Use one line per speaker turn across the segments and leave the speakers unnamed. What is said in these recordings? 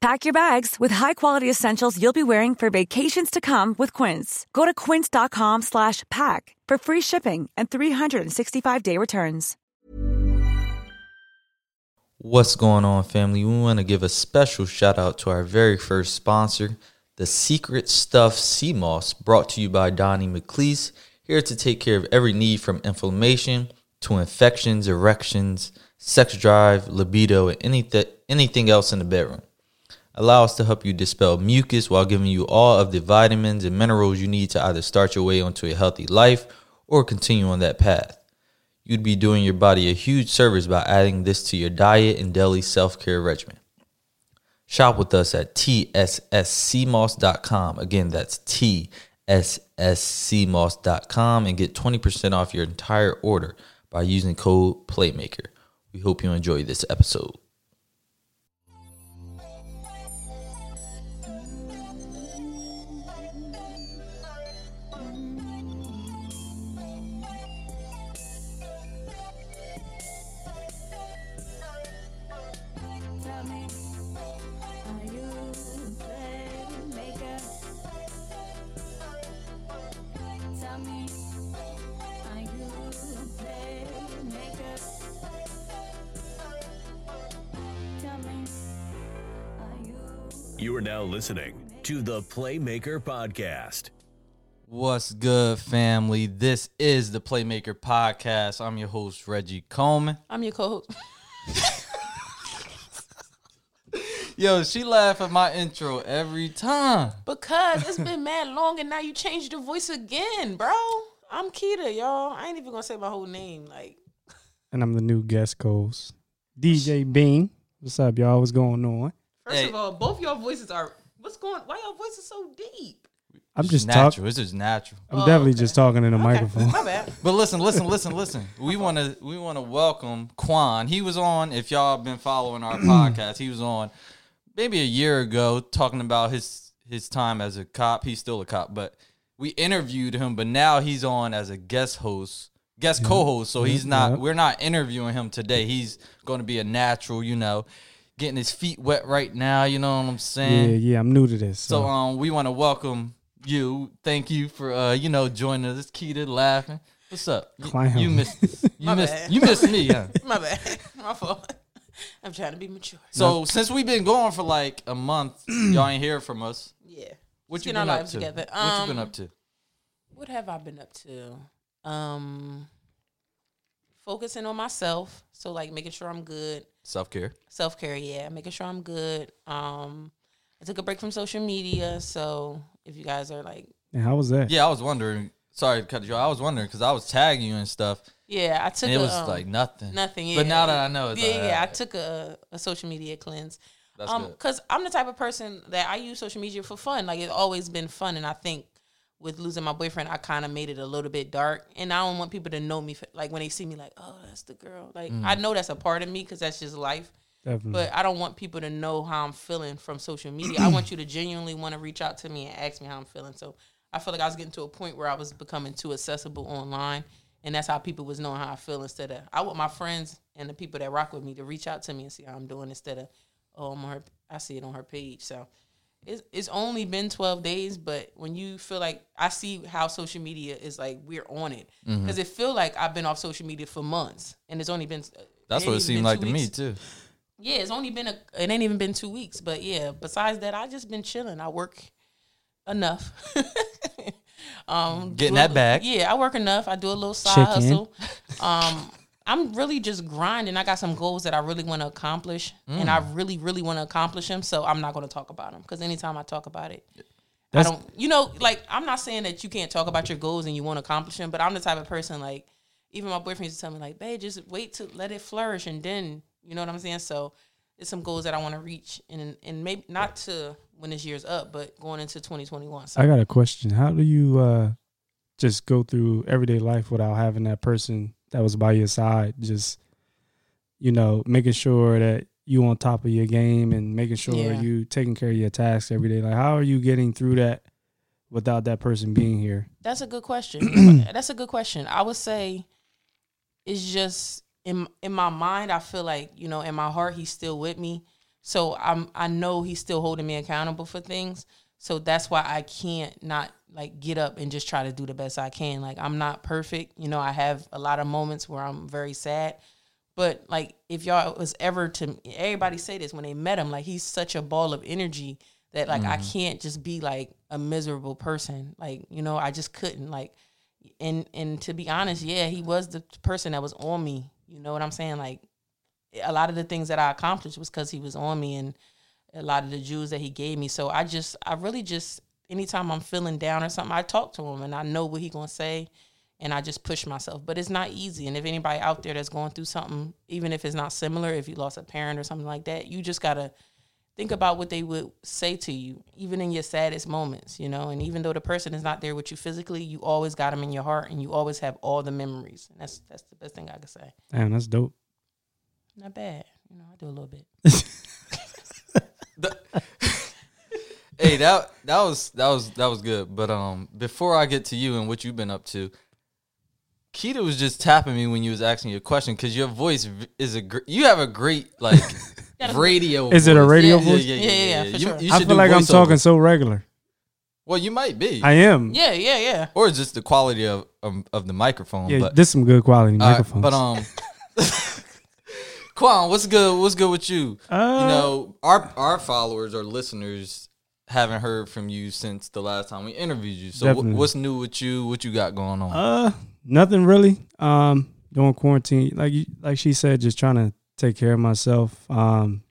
Pack your bags with high-quality essentials you'll be wearing for vacations to come with Quince. Go to quince.com slash pack for free shipping and 365-day returns.
What's going on, family? We want to give a special shout-out to our very first sponsor, the Secret Stuff Sea Moss, brought to you by Donnie McLeese, here to take care of every need from inflammation to infections, erections, sex drive, libido, and anything, anything else in the bedroom allow us to help you dispel mucus while giving you all of the vitamins and minerals you need to either start your way onto a healthy life or continue on that path. You'd be doing your body a huge service by adding this to your diet and daily self care regimen. Shop with us at tsscmoss.com. Again, that's tsscmoss.com and get 20% off your entire order by using code PLAYMAKER. We hope you enjoy this episode.
You are now listening to the Playmaker Podcast.
What's good, family? This is the Playmaker Podcast. I'm your host, Reggie Coleman.
I'm your co-host.
Yo, she laugh at my intro every time.
Because it's been mad long and now you changed your voice again, bro. I'm Keita, y'all. I ain't even gonna say my whole name. Like,
and I'm the new guest host, DJ Bean. What's up, y'all? What's going on?
first
Hey.
of all, both y'all voices are what's going why y'all voices so deep?
I'm
It's
just
natural.
talking.
This is natural.
I'm
Oh,
definitely
okay.
just talking in the
Okay,
microphone.
My bad.
But listen, listen, listen, listen. We want to we want to welcome Quan. He was on. If y'all been following our podcast, he was on maybe a year ago talking about his his time as a cop. He's still a cop, but we interviewed him. But now he's on as a guest host, guest co-host. So he's not.
yeah.
We're not interviewing him today. He's going to be a natural. You know, getting his feet wet right now. You know what I'm
Yeah,
saying?
yeah, I'm new to this. So,
So um, we want to welcome you. Thank you for uh, you know, joining us. It's Keita laughing. What's up? You-
Clown.
You missed you
My
missed
bad.
you missed me. Huh?
My bad. My fault. I'm trying to be mature.
So since we've been going for like a month, y'all ain't hear from us.
Yeah.
What
Let's
you
get our
been up
lives
to?
together.
what you been
Um,
up to?
What have I been up to? Um focusing on myself. So like making sure I'm good.
Self care.
self care. Yeah, making sure I'm good. Um, I took a break from social media, so if you guys are like,
and how was that?
Yeah, I was wondering. Sorry to cut you. off. I was wondering because I was tagging you and stuff,
yeah, I took.
and it
a,
was
um,
like nothing.
nothing. Yeah.
But now that I know, it's
yeah,
like,
yeah, I
alright,
took a, a social media cleanse.
That's
um,
good.
because I'm the type of person that I use social media for fun. Like it's always been fun, and I think with losing my boyfriend, I kind of made it a little bit dark, and I don't want people to know me. For, like when they see me, like, oh, that's the girl. Like
Mm.
I know that's a part of me because that's just life.
Definitely.
but I don't want people to know how I'm feeling from social media. I want you to genuinely want to reach out to me and ask me how I'm feeling. So I feel like I was getting to a point where I was becoming too accessible online, and that's how people was knowing how I feel instead of I want my friends and the people that rock with me to reach out to me and see how I'm doing instead of oh I'm on her I see it on her page. So it's it's only been 12 days, but when you feel like I see how social media is like we're on it because
Mm-hmm.
it feel like I've been off social media for months and it's only been uh,
that's what it
ain't even been
seemed like
two
to
weeks.
me too.
Yeah, it's only been a it ain't even been two weeks, but yeah. Besides that, I just been chilling. I work enough. um,
Getting
do a
that
li-
bag.
Yeah, I work enough. I do a little side
Chicken.
hustle. Um, I'm really just grinding. I got some goals that I really want to accomplish, and I really, really want to accomplish them. So I'm not going to talk about them because anytime I talk about it, I don't. You know, like I'm not saying that you can't talk about your goals and you won't accomplish them, but I'm the type of person like even my boyfriend used to tell me like, "Babe, just wait to let it flourish and then you know what I'm saying." So it's some goals that I want to reach and and maybe not to when this year's up, but going into 2021. So
I got a question. How do you uh, just go through everyday life without having that person that was by your side? Just you know, making sure that you on top of your game and making sure
Yeah.
you taking care of your tasks every day. Like, how are you getting through that without that person being here?
That's a good question. That's a good question. I would say it's just in in my mind. I feel like you know, in my heart, he's still with me. So I'm I know he's still holding me accountable for things. So that's why I can't not like get up and just try to do the best I can. Like I'm not perfect. You know, I have a lot of moments where I'm very sad. But like, if y'all was ever to everybody say this when they met him, like he's such a ball of energy that like I can't just be like a miserable person. Like you know, I just couldn't like. And and to be honest, yeah, he was the person that was on me. You know what I'm saying? Like a lot of the things that I accomplished was because he was on me and a lot of the jewels that he gave me. So I just, I really just, anytime I'm feeling down or something, I talk to him and I know what he gonna say, and I just push myself. But it's not easy. And if anybody out there that's going through something, even if it's not similar, if you lost a parent or something like that, you just gotta think about what they would say to you, even in your saddest moments, you know. And even though the person is not there with you physically, you always got them in your heart, and you always have all the memories. And that's that's the best thing I could say.
Damn, that's dope.
Not bad, you know. I do a little bit.
hey, that that was that was that was good. But um, before I get to you and what you've been up to, Keita was just tapping me when you was asking your question because your voice v- is a gr- you have a great like radio.
Is it a
voice.
radio
Yeah,
voice?
yeah, yeah, yeah.
Yeah, yeah,
yeah.
for
You,
sure.
you
I
should
feel
do
like I'm
voiceover.
talking so regular.
Well, you might be,
I am.
Yeah, yeah, yeah.
or it's just the quality of of, of the microphone.
Yeah,
but
this some good quality
All right,
microphones.
but um, Quan, what's good? What's good with you?
Uh,
you know, our our followers or listeners haven't heard from you since the last time we interviewed you. So wh-
Definitely.
what's new with you? What you got going on?
Uh, nothing really. Um, during quarantine, like you, like she said, just trying to take care of myself. Um,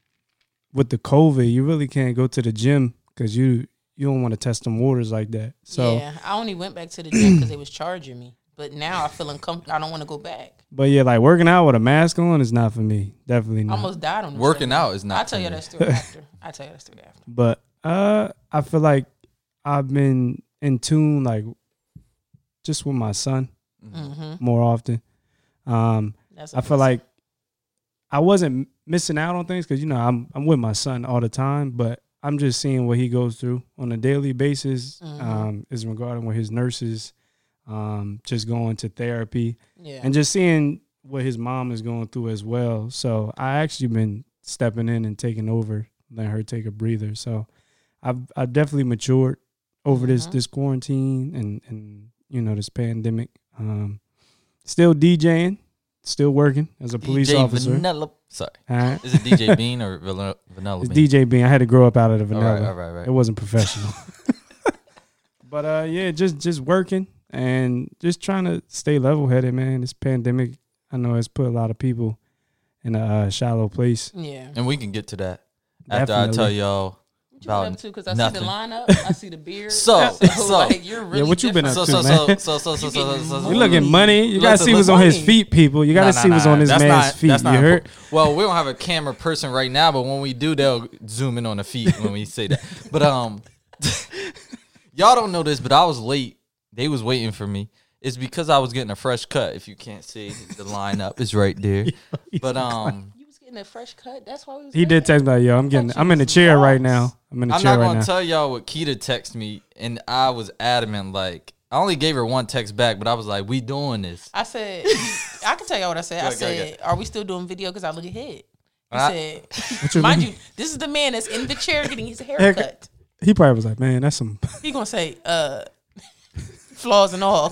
with the COVID, you really can't go to the gym because you you don't want to test them waters like that. So,
yeah, I only went back to the gym because they was charging me. But now I feel uncomfortable. I don't want to go back.
but yeah, like working out with a mask on is not for me.
I
Definitely not.
almost died on this
Working
thing.
out is not.
I'll tell
for
you
me.
that story after. I'll tell you that story after.
But uh, I feel like I've been in tune, like just with my son
Mm-hmm.
more often. Um,
That's
I feel like I wasn't missing out on things because you know I'm I'm with my son all the time, but I'm just seeing what he goes through on a daily basis.
Mhm.
Um, is regarding with his nurses, um, just going to therapy
yeah.
and just seeing what his mom is going through as well. So I actually been stepping in and taking over, letting her take a breather. So I've I've definitely matured over this
Mhm.
this quarantine and and you know this pandemic. Um, still DJing, still working as a police
DJ
officer.
Vanilla. Sorry,
All right.
is it DJ Bean or Vanilla? Vanilla
It's
Bean?
DJ Bean. I had to grow up out of the
All right,
vanilla.
all right, all right.
It wasn't professional. but uh, yeah, just just working and just trying to stay level headed, man. This pandemic, I know, has put a lot of people in a uh, shallow place.
yeah.
and we can get to that after I tell
Definitely.
y'all.
What you been
about
up to? Because I
nothing.
see the lineup, I see the beard.
So, so.
like, you're really
what you been
different.
So
up
so
to,
so so
man.
so so so so.
You getting
so-
money.
You looking money? You gotta
Listen,
see what's
listen.
on his feet, people. You gotta
Nah,
see
nah,
what's
nah.
on his
That's
man's
not-
feet.
that's
You
not
heard?
important. Well, we don't have a camera person right now, but when we do, they'll zoom in on the feet when we say that. But um, y'all don't know this, but I was late. They was waiting for me. It's because I was getting a fresh cut. If you can't see the lineup, is right there. But um,
You was getting a fresh cut. That's why we was
He did
laughing.
text me like, "Yo, I'm getting.
Thought you
I'm in the
was
chair right
lost.
now. I'm in the
I'm
chair
not
right
gonna
now."
tell y'all what Keita texted me, and I was adamant. Like I only gave her one text back, but I was like, "We doing this."
I said, I can tell y'all what I said. I
Go, go, go.
said, are we still doing video? Because I look ahead. He
Ah.
said, mind you, this is the man that's in the chair getting his hair cut.
he probably was like, "Man, that's some."
He gonna say, uh, flaws and all.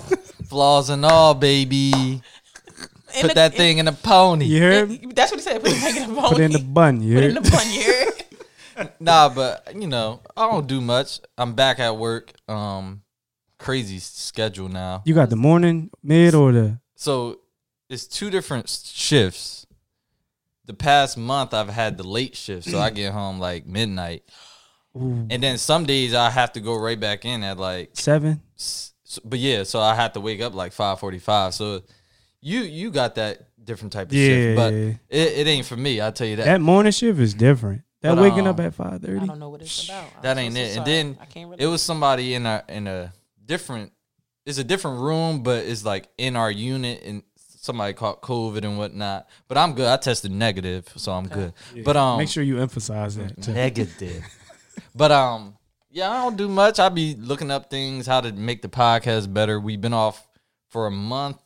Flaws and all, baby.
In
Put
the-
that thing in a pony.
You heard?
in- that's what he said. Put it in the bun.
Put it in the bun. You
Put it
heard?
in the bun. You heard?
nah, but you know, I don't do much. I'm back at work. Um, crazy schedule now.
You got the morning, mid, or the
So it's two different s- shifts. The past month I've had the late shift, so I get home like midnight, and then some days I have to go right back in at like.
Seven.
s- s- but yeah, so I have to wake up like five forty five. So you you got that different type of
Yeah.
shift, but it, it ain't for me. I tell you that.
That morning shift is different. That
But,
waking up
um,
at five
I
thirty.
don't know what it's about. I'm
that
so-
ain't
so
it. And
sorry.
then
I can't really.
it was somebody in a in a different. It's a different room, but it's like in our unit, and somebody caught COVID and whatnot. But I'm good. I tested negative, so I'm good. But um,
Make sure you emphasize that. too.
negative. but um, yeah, I don't do much. I be looking up things how to make the podcast better. We've been off for a month,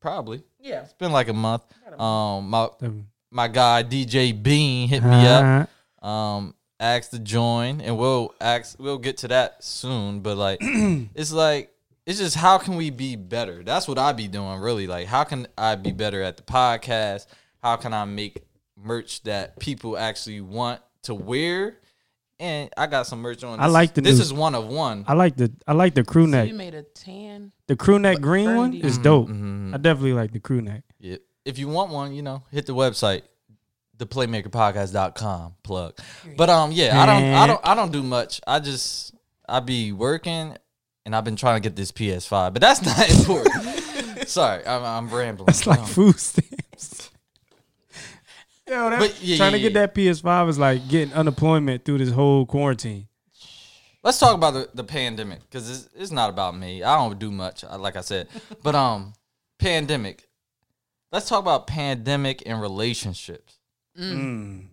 probably.
yeah.
It's been like a month. Um, my
Seven.
my guy DJ Bean hit me up
Uh,
um asked to join and we'll ask we'll get to that soon but like it's like it's just how can we be better that's what i be doing really like how can i be better at the podcast how can i make merch that people actually want to wear and i got some merch on
I
This
like
is-
the
this
new-
is one of one
I like the I like the crew
So
neck.
you made a tan.
The crew neck green one
burgundy.
is dope.
Mm-hmm,
I definitely like the crew neck.
Yeah. If you want one, you know, hit the website, theplaymakerpodcast.com plug. But um yeah, I don't I don't I don't do much. I just I be working and I've been trying to get this PS5, but that's not important. Sorry, I'm, I'm rambling.
That's like
Um,
food stamps. Yo, that,
But yeah,
trying
yeah,
to get
yeah.
that PS5 is like getting unemployment through this whole quarantine.
let's talk about the, the pandemic because it's, it's not about me. I don't do much, I- like I said. But um, pandemic. Let's talk about pandemic and relationships. Quan,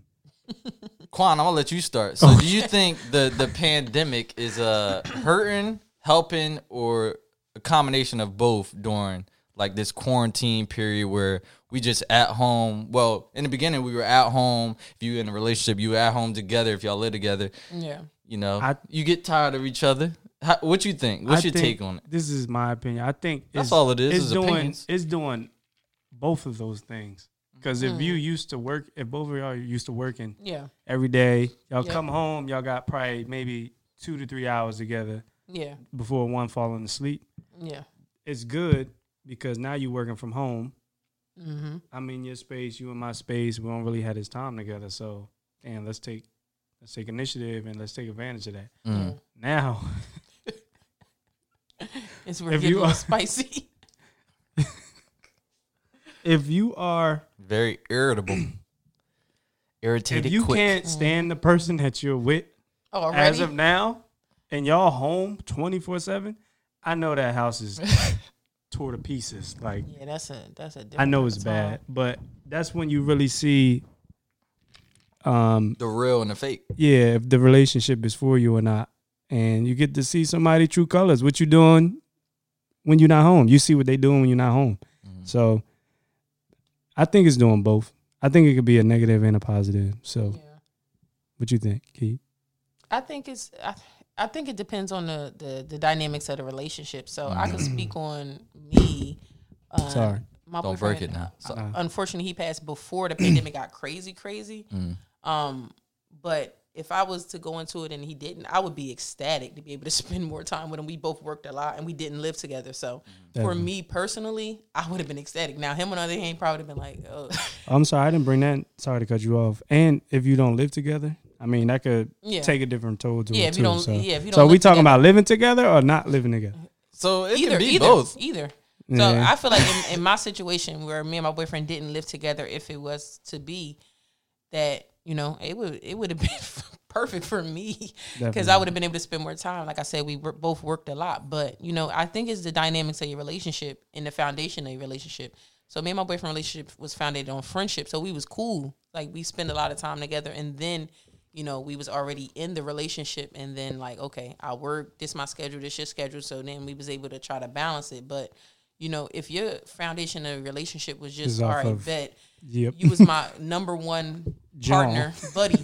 I'm gonna let you start. So, do you think the the pandemic is uh, hurting, helping, or a combination of both during like this quarantine period where we just at home? Well, in the beginning, we were at home. If you in a relationship, you at home together. If y'all live together,
Yeah.
you know,
I-
you get tired of each other. How, what you think? What's
I
your
think-
take on it?
This is my opinion. I think
That's
it's-
all it is,
It's
is
doing
opinions.
it's doing both of those things. Because if
Mm-hmm.
you used to work, if both of y'all are used to working
Yeah.
every day, y'all
Yeah.
come home, y'all got probably maybe two to three hours together
Yeah.
before one falling asleep.
Yeah.
It's good because now you're working from home.
Mm-hmm.
I'm in your space, you in my space. We don't really have this time together. So, and let's take let's take initiative and let's take advantage of that.
Mm.
Now,
It's we're
If
getting a
you
little
are-
spicy.
if you are
Very irritable, irritated.
if you
quick.
can't stand the person that you're with
Oh, Mm-hmm. already.
as of now, and y'all home twenty four seven, I know that house is tore to pieces. Like
yeah, that's a that's a. Different
I know
type
it's
of
bad,
time.
but that's when you really see, um,
the real and the fake.
yeah, if the relationship is for you or not, and you get to see somebody true colors. What you doing when you're not home? You see what they doing when you're not home.
Mm-hmm.
So, I think it's doing both. I think it could be a negative and a positive. So,
Yeah.
what you think, Keith?
I think it's. I, I think it depends on the, the the dynamics of the relationship. So I can speak on me. Uh,
Sorry.
my
Mm-hmm. Don't break it
boyfriend,
now.
uh, unfortunately, he passed before the pandemic got crazy, crazy.
Mm.
Um, but if I was to go into it and he didn't, I would be ecstatic to be able to spend more time with him. We both worked a lot and we didn't live together. So
Mm-hmm.
for me personally, I would have been ecstatic. Now him on the other hand probably would have been like, oh,
I'm sorry, I didn't bring that. Sorry to cut you off. And if you don't live together, I mean that could
Yeah.
take a different toll to
Yeah,
it
if
too.
you don't-
so,
yeah, if you
so
don't
we
live
talking
together.
about living together or not living together?
So it
either
can be
either
both.
either. So
Yeah.
I feel like in, in my situation where me and my boyfriend didn't live together, if it was to be that you know it would it would have been perfect for me because I
Definitely.
would have been able to spend more time. Like I said, we were, both worked a lot, but you know I think it's the dynamics of your relationship and the foundation of your relationship. So me and my boyfriend relationship was founded on friendship, so we was cool. Like we spend a lot of time together, and then you know we was already in the relationship, and then like okay, I work this my schedule, this your schedule, so then we was able to try to balance it, but. You know, if your foundation of relationship was just
Is
all
off
right,
of-
bet
Yep.
you was my number one
John.
partner, buddy.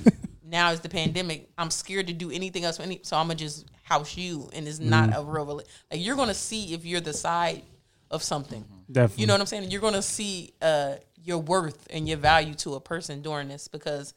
now it's the pandemic. I'm scared to do anything else. Any, so I'm gonna just house you, and it's not
Mm-hmm.
a real. rela- Like you're gonna see if you're the side of something.
Definitely.
You know what I'm saying? You're gonna see uh, your worth and your value to a person during this because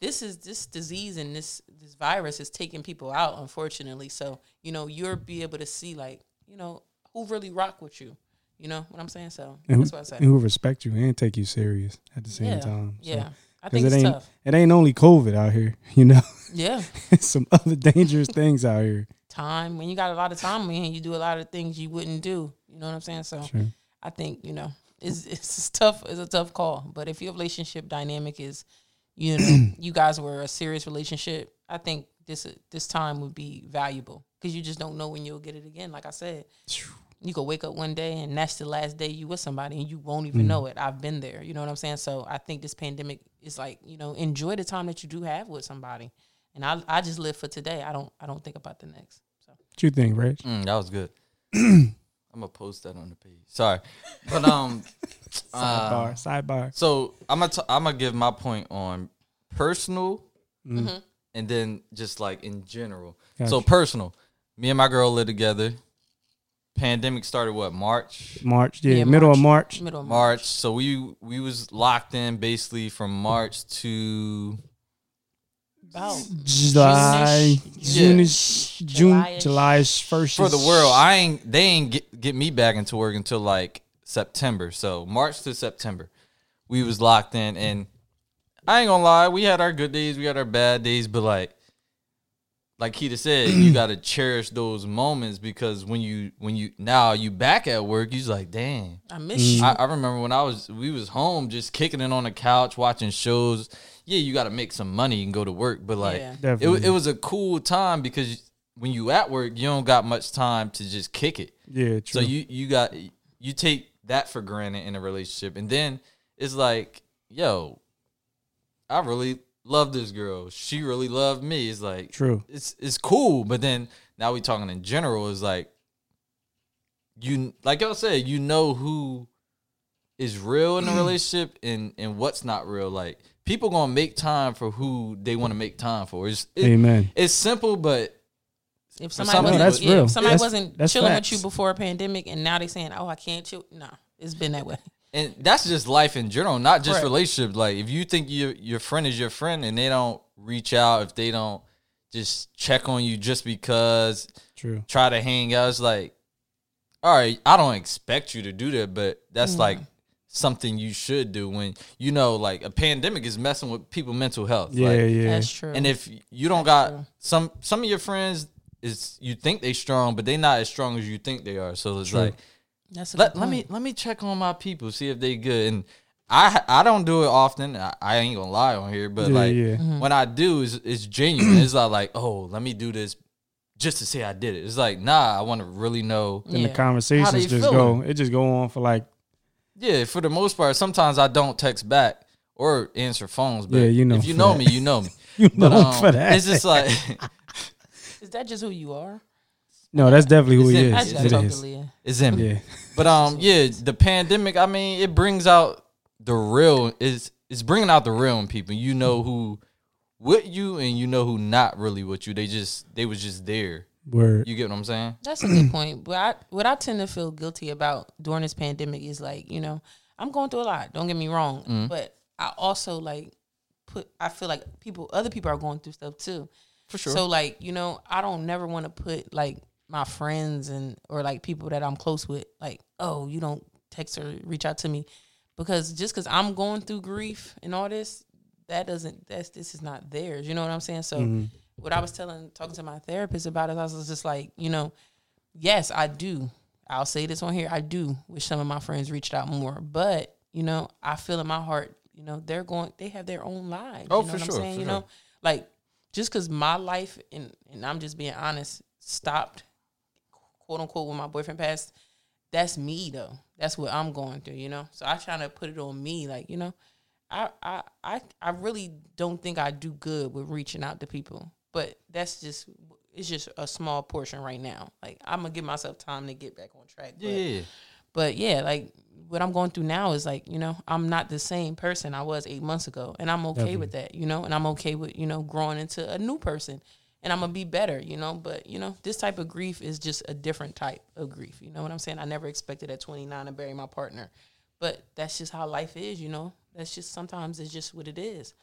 this is this disease and this this virus is taking people out, unfortunately. So you know you'll be able to see like you know who really rock with you. You know what I'm saying? So
And
that's
who,
what I say.
and who respect you and take you serious at the same
yeah,
time. So,
yeah. I
'cause
think
it
it's
ain't
tough.
it ain't only COVID out here, you know.
Yeah,
Some other dangerous things out here.
time when you got a lot of time on your hand, you do a lot of things you wouldn't do. You know what I'm saying? So
True.
I think you know it's it's tough. It's a tough call. But if your relationship dynamic is, you know, you guys were a serious relationship, I think this this time would be valuable because you just don't know when you'll get it again. Like I said, you could wake up one day and that's the last day you with somebody and you won't
Mm.
even know it. I've been there. You know what I'm saying? So I think this pandemic is like you know enjoy the time that you do have with somebody. And I I just live for today. I don't I don't think about the next. So
What you think, Rich?
Mm, that was good. I'm gonna post that on the page. Sorry, but um, uh,
sidebar, sidebar.
so I'm gonna t- I'm gonna give my point on personal,
Mm-hmm.
and then just like in general. So
Gotcha.
personal, me and my girl live together. Pandemic started what March,
March, yeah, middle of March.
middle of March.
March. So we we was locked in basically from March to
About
July,
Mm-hmm. June-ish.
June-ish, June,
July-ish.
July-ish first
for the
is-
world. I ain't they ain't get, get me back into work until like September. So March to September, we was locked in, and I ain't gonna lie, we had our good days, we had our bad days, but like, like Keita said, you gotta cherish those moments because when you when you now you back at work, you's like, damn.
I miss you.
I, I remember when I was we was home just kicking it on the couch watching shows. Yeah, you got to make some money and go to work, but like
Yeah.
it, wa-
Definitely.
it was a cool time because when you at work, you don't got much time to just kick it.
Yeah,
So
true.
you you got you take that for granted in a relationship, and then it's like, yo, I really love this girl. She really loved me. It's like
True.
It's it's cool, but then now we talking in general is like you like y'all said you know who is real in a relationship and and what's not real. Like people gonna make time for who they want to make time for. It's it-
Amen.
It's simple, but
If
For
somebody,
somebody-
wasn't,
No, that's
yeah,
real.
If somebody
That's-
wasn't
that's
chilling
facts.
with you before a pandemic, and now they saying, "Oh, I can't chill." No, it's been that way.
and that's just life in general, not just
Correct.
relationships. Like if you think your your friend is your friend and they don't reach out, if they don't just check on you just because,
True.
try to hang out, it's like, all right, I don't expect you to do that, but that's
Mm.
like something you should do when you know like a pandemic is messing with people mental health.
Yeah,
like,
yeah.
That's true.
And if you don't got some some of your friends is you think they strong, but they not as strong as you think they are. So it's like
that's a
let,
good
let me
point.
let me check on my people, see if they good. And I I don't do it often. I, I ain't gonna lie on here, but
Yeah,
like
yeah.
when I do, it's, it's genuine. it's not like oh, let me do this just to say I did it. It's like nah, I want to really know.
Then
How
Yeah.
the
they
conversations just
feeling?
go. It just go on for like
Yeah, for the most part, sometimes I don't text back or answer phones. But
Yeah, you know
if you
for
know
that.
me, you know me.
you know
But um,
for that.
it's just like
Is that just who you are?
no, that's definitely who
It's
he
in-
I
Yes,
is.
just
it's
gotta
It
talk to
is.
Leah.
it's in me.
Yeah.
But um, yeah, the pandemic. I mean, it brings out the real. Is it's bringing out the real in people. You know who with you, and you know who not really with you. They just they was just there.
Word.
You get what I'm saying?
That's a good point. But I, what I tend to feel guilty about during this pandemic is like, you know, I'm going through a lot. Don't get me wrong, but I also like put. I feel like people, other people are going through stuff too. For sure. So like, you know, I don't never want to put like my friends and or like people that I'm close with, like, oh, you don't text or reach out to me, because just because I'm going through grief and all this, that doesn't that's this is not theirs. You know what I'm saying? So what I was telling talking to my therapist about it, I was just like, you know, yes, I do. I'll say this on here. I do wish some of my friends reached out more, but you know, I feel in my heart, you know, they're going, they have their own lives.
Oh,
you know
for
what
sure,
I'm saying?
for
you
sure.
know, like just because my life and and I'm just being honest stopped, quote unquote, when my boyfriend passed. That's me though. That's what I'm going through. You know, so I trying to put it on me, like you know. I, I I I really don't think I do good with reaching out to people, but that's just it's just a small portion right now. Like I'm gonna give myself time to get back on track. But,
Yeah.
but yeah, like what I'm going through now is like you know I'm not the same person I was eight months ago, and I'm okay with that. You know, and I'm okay with you know growing into a new person, and I'm gonna be better. You know, but you know this type of grief is just a different type of grief. You know what I'm saying? I never expected at 29 to bury my partner, but that's just how life is. You know, that's just sometimes it's just what it is.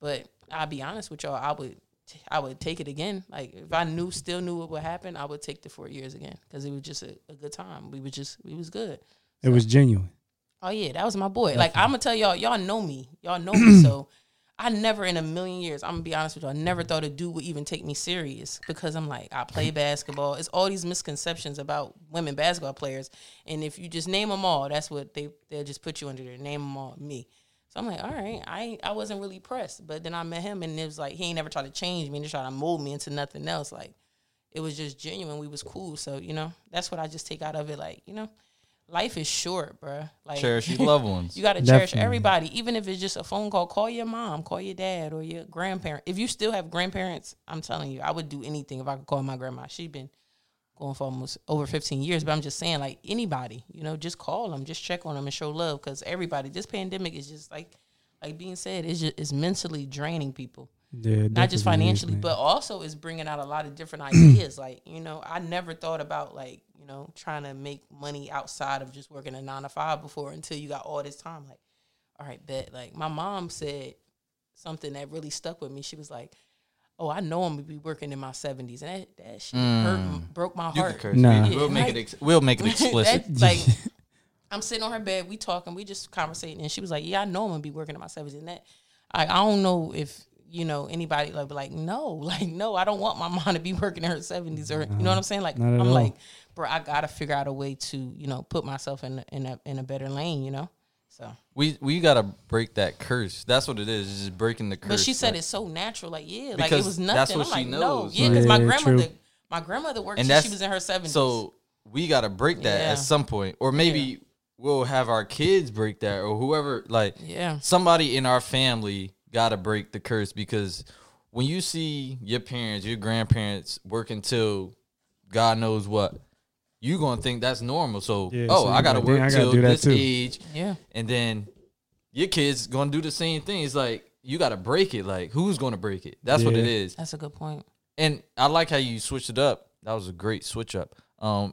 But I'll be honest with y'all, I would t- I would take it again. Like if I knew still knew what would happen, I would take the four years again because it was just a, a good time. We was just we was good.
It was genuine.
Oh yeah, that was my boy. Like I'm gonna tell y'all, y'all know me, y'all know me. So I never in a million years, I'm gonna be honest with y'all, never thought a dude would even take me serious because I'm like, I play basketball. It's all these misconceptions about women basketball players, and if you just name them all, that's what they they'll just put you under there. Name them all, me. So I'm like, all right, I ain't- I wasn't really pressed, but then I met him, and it was like he ain't never tried to change me, and try to mold me into nothing else. Like it was just genuine. We was cool, so you know that's what I just take out of it. Like you know, life is short, bruh. Like
Cherish your loved ones.
you got to cherish
Definitely.
everybody, even if it's just a phone call. Call your mom, call your dad, or your grandparent. If you still have grandparents, I'm telling you, I would do anything if I could call my grandma. She's been going for almost over 15 years, but I'm just saying, like anybody, you know, just call them, just check on them, and show love. Because everybody, this pandemic is just like, like being said, it's just it's mentally draining people
Yeah, it
not just
definitely is,
financially,
man.
but also is bringing out a lot of different ideas. like you know, I never thought about like you know trying to make money outside of just working a nine to five before until you got all this time. Like, all right, bet. Like my mom said something that really stuck with me. She was like, "Oh, I know I'm gonna be working in my seventies, and that that shit
Mm.
hurt, broke my
You
heart."
can curse.
Nah.
We, will make it. Ex- we'll make it explicit.
That's like I'm sitting on her bed, we talking, we just conversating, and she was like, "Yeah, I know I'm gonna be working in my seventies and that." I, I don't know if you know anybody like be like no, like no, I don't want my mom to be working in her seventies or you know what I'm saying. Like
not at
I'm
all.
like, bro, I gotta figure out a way to you know put myself in a- in a in a better lane, you know. So,
we we gotta break that curse. That's what it is. It's just breaking the curse.
but she said
like-
it's so natural, like yeah, like it
Because
was nothing.
that's what
I'm
she
like, no,
knows,
yeah, because my
right? Yeah, true.
grandmother, my grandmother worked. till she was in her seventies.
So we gotta break that
Yeah.
at some point, or maybe we'll have our kids break that, or whoever. Like,
Yeah.
somebody in our family gotta break the curse because when you see your parents, your grandparents working till God knows what, you gonna think that's normal. So,
Yeah,
oh,
so
I
you're
gotta
like,
work
dang, I gotta
till
do that
this
too.
age,
yeah,
and then your kids gonna do the same thing. It's like you gotta break it. Like, who's gonna break it? That's what
Yeah.
it is.
that's a good point.
And I like how you switched it up. That was a great switch up. Um,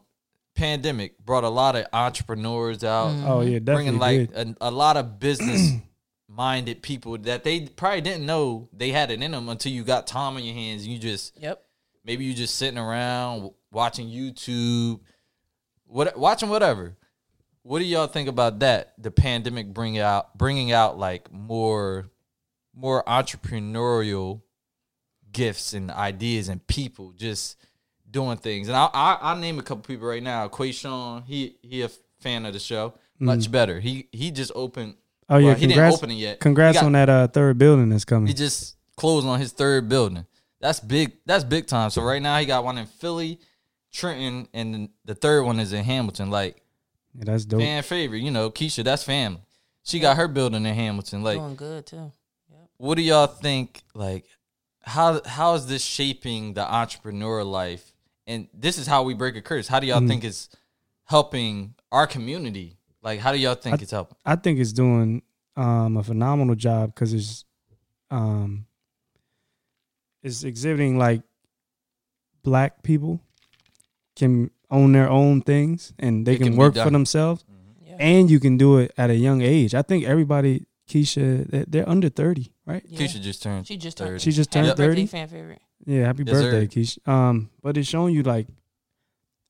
pandemic brought a lot of entrepreneurs out,
oh yeah, definitely
Mm-hmm. bringing like uh,
did.
a, a lot of business minded people that they probably didn't know they had it in them until you got time on your hands. And you just
Yep.
maybe you just sitting around w- watching YouTube, what watching whatever. What do y'all think about that? The pandemic bring out bringing out like more more entrepreneurial gifts and ideas and people just doing things. And I I I'll name a couple people right now. Quayshawn, he he a fan of the show. Much better. He he just opened
Mm. Oh yeah,
well,
congrats,
he didn't open it yet. He
Congrats
got-
on that uh, third building that's coming.
he just closed on his third building. That's big. That's big time. So right now he got one in Philly, Trenton, and the third one is in Hamilton. Like
yeah, that's dope.
fan favorite, you know, Keisha. That's family. She got her building in Hamilton. Like,
Doing good too.
what do y'all think? Like, how how is this shaping the entrepreneur life? And this is how we break a curse. How do
Mm.
y'all think it's helping our community? Like, how do y'all think
I-
it's helping?
I think it's doing um, a phenomenal job because it's um, it's exhibiting like black people can own their own things and they
It
can,
can be
work for
done. Mm-hmm.
themselves,
Yeah.
and you can do it at a young age. I think everybody, Keisha, they- they're under thirty, right?
Yeah.
Keisha just turned.
She just
30.
turned.
She just turned
Happy birthday,
30?
Fan favorite.
Yeah, happy
Yes, sir.
birthday, Keisha. Um, but it's showing you like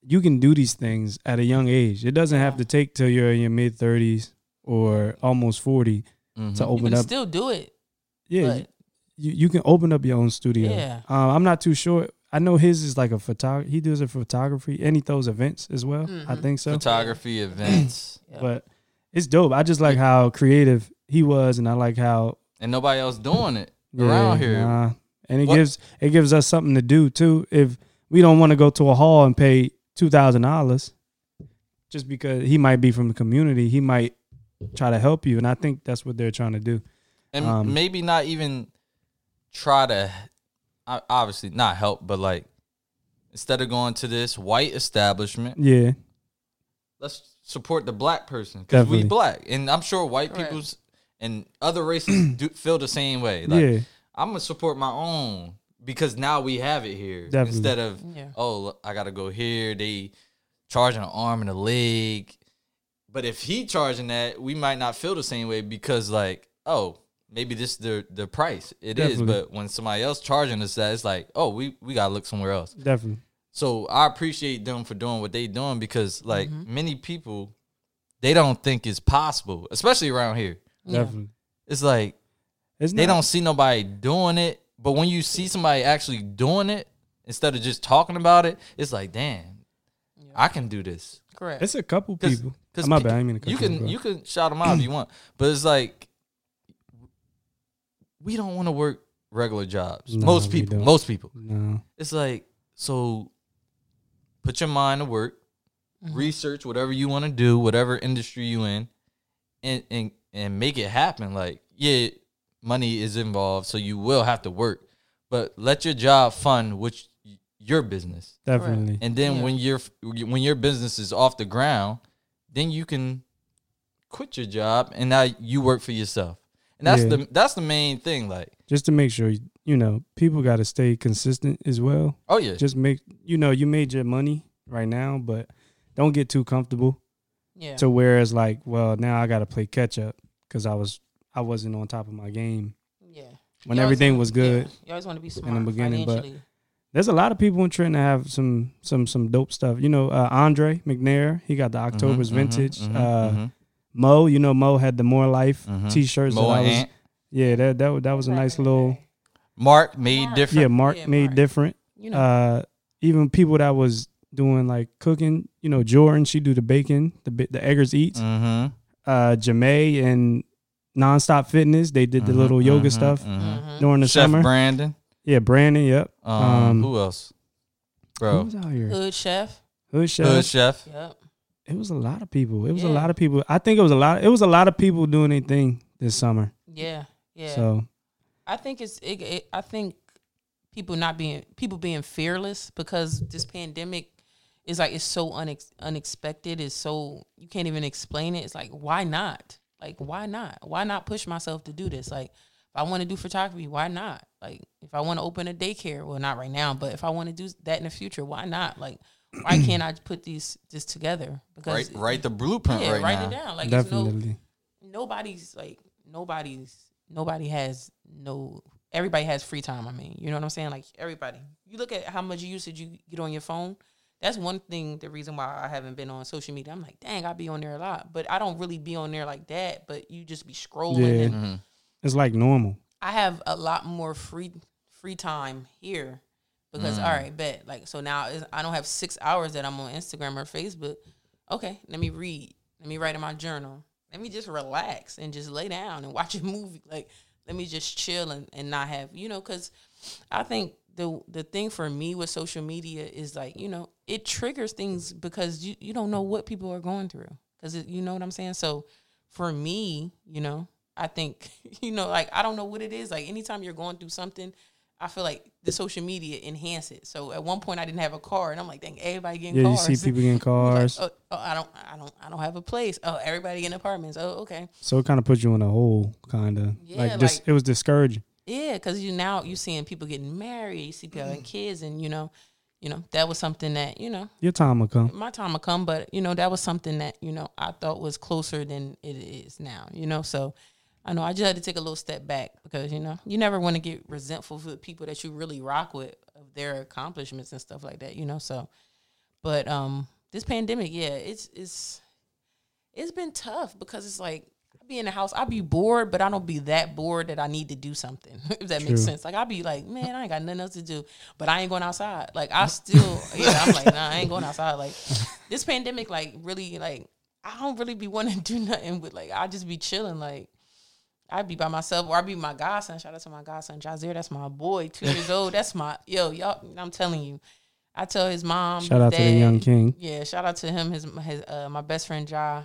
you can do these things at a young age. It doesn't have to take till you're in your mid thirties or almost 40 to
Mhm.
Mm-hmm. You
open
can
up.
still do it.
yeah,
but-
you, you you can open up your own studio.
Yeah.
Um, I'm not too sure. I know his is like a photographer. He does a photography and he throws events as well. I
Mm-hmm.
think so.
Photography events,
But it's dope. I just like how creative he was, and I like how
and nobody else doing it
yeah,
around here.
nah. And it
What-
gives it gives us something to do too. If we don't want to go to a hall and pay two thousand dollars, just because he might be from the community, he might try to help you, and I think that's what they're trying to do.
and
Um,
maybe not even try to o- obviously not help but like instead of going to this white establishment
Yeah,
let's support the black person because we
Definitely.
black and i'm sure white
Right.
people's and other races do feel the same way like
Yeah.
i'm gonna support my own because now we have it here
Definitely.
instead of
Yeah.
oh look, i gotta go here they charging an arm and a leg but if he charging that, we might not feel the same way because like, oh, maybe this the the price it is.
Definitely.
But when somebody else charging us that, it's like, oh, we we gotta look somewhere else.
definitely.
So I appreciate them for doing what they doing because like many people they don't think is possible, especially around here.
Definitely.
It's like
It's
they
not-
don't see nobody doing it, but when you see somebody actually doing it instead of just talking about it, it's like, damn, I can do this.
Correct.
It's a couple
Cause,
people.
'cause
I'm
pe-
not bad. I didn't mean to cut
you can
off,
you can shout them out if you want, but it's like we don't want to work regular jobs.
No,
most
we
people,
don't.
most people.
bro. No.
It's like so. Put your mind to work, research whatever you want to do, whatever industry you in, and and and make it happen. Like yeah, money is involved, so you will have to work, but let your job fund which your business.
Definitely.
And then when your when your business is off the ground, then you can quit your job and now you work for yourself. And that's
Yeah.
the that's the main thing. Like,
Just to make sure you know, people got to stay consistent as well.
oh yeah,
Just make you know, you made your money right now, but don't get too comfortable
yeah.
to where it's like, well, now I got to play catch up because I was I wasn't on top of my game.
yeah.
when
You always
everything
wanna-
was good
yeah, You always want to be smart
the beginning, but-
financially.
There's a lot of people in Trenton that have some some some dope stuff. You know, uh, Andre McNair, he got the October's
Mhm, mhm,
vintage.
mhm,
uh,
mhm.
Mo, you know Mo had the More Life
Mhm.
t-shirts. that
Mo
I
and
was-
Ant.
yeah, that that wa- that was a nice little
Mark made different.
yeah. Mark
Yeah,
made
Mark.
different.
You know,
Uh, even people that was doing like cooking. You know, Jordan, she do the bacon, the bi- the Eggers Eats.
Mm-hmm.
Uh, Jamae and Nonstop Fitness, they did the little yoga stuff
Mm-hmm.
during the
Mm-hmm, Chef
summer.
Brandon.
yeah, Brandon. Yep.
Um, who else?
who
Bro,
was out here?
hood chef.
Hood Chef.
Hood Chef.
Yep.
It was a lot of people. It was a
Yeah.
lot of people. I think it was a lot. It was a lot of people doing their thing this summer.
Yeah. Yeah.
So
I think it's. It, it, I think people not being people being fearless because this pandemic is like it's so unex, unexpected. It's so you can't even explain it. It's like why not? Like why not? Why not push myself to do this? Like if I want to do photography, why not? Like if I want to open a daycare, well not right now, but if I want to do that in the future, why not? Like why can't I put these this together?
Write write the blueprint
yeah,
right
write
now.
it down. Like it's no
definitely,
nobody's like nobody's nobody has no everybody has free time i mean you know what i'm saying like everybody you look at how much usage you get on your phone that's one thing the reason why i haven't been on social media i'm like dang i be on there a lot but i don't really be on there like that but you just be scrolling
Yeah.
and
it's like normal.
I have a lot more free free time here because all right, bet like so now is- I don't have six hours that I'm on Instagram or Facebook. Okay, let me read. Let me write in my journal. Let me just relax and just lay down and watch a movie. Like let me just chill and, and not have you know because I think the the thing for me with social media is like you know it triggers things because you you don't know what people are going through because you know what I'm saying. So for me, you know, I think you know like I don't know what it is. Like anytime you're going through something, I feel like the social media enhance it. So at one point I didn't have a car, and I'm like, dang, everybody getting
Yeah, you
cars.
see people getting
Like,
cars,
oh, oh, I don't, I don't, I don't have a place. Oh, everybody getting apartments. Oh, okay.
so it kind of puts you in a hole, kind of
Yeah,
like just
like-
it was discouraging.
Yeah, because you now you seeing people getting married, you see people having kids, and you know, you know that was something that you know
Your time will come.
my time will come, but you know that was something that you know I thought was closer than it is now. You know, so I know I just had to take a little step back because you know you never want to get resentful for the people that you really rock with of their accomplishments and stuff like that. You know, so but um this pandemic, yeah, it's it's it's been tough because it's like I be in the house, I be bored, but I don't be that bored that I need to do something. If that makes sense, like I be like, man, I ain't got nothing else to do, but I ain't going outside. Like I still, yeah, I'm like, nah, I ain't going outside. Like this pandemic, like really, like I don't really be wanting to do nothing with. Like I just be chilling, like. I be by myself, or I be with my godson. Shout out to my godson, Jazier. That's my boy, two years old. That's my yo, y'all. I'm telling you, I tell his mom.
Shout out to the
dad,
young king.
yeah, shout out to him. His his uh, my best friend Ja.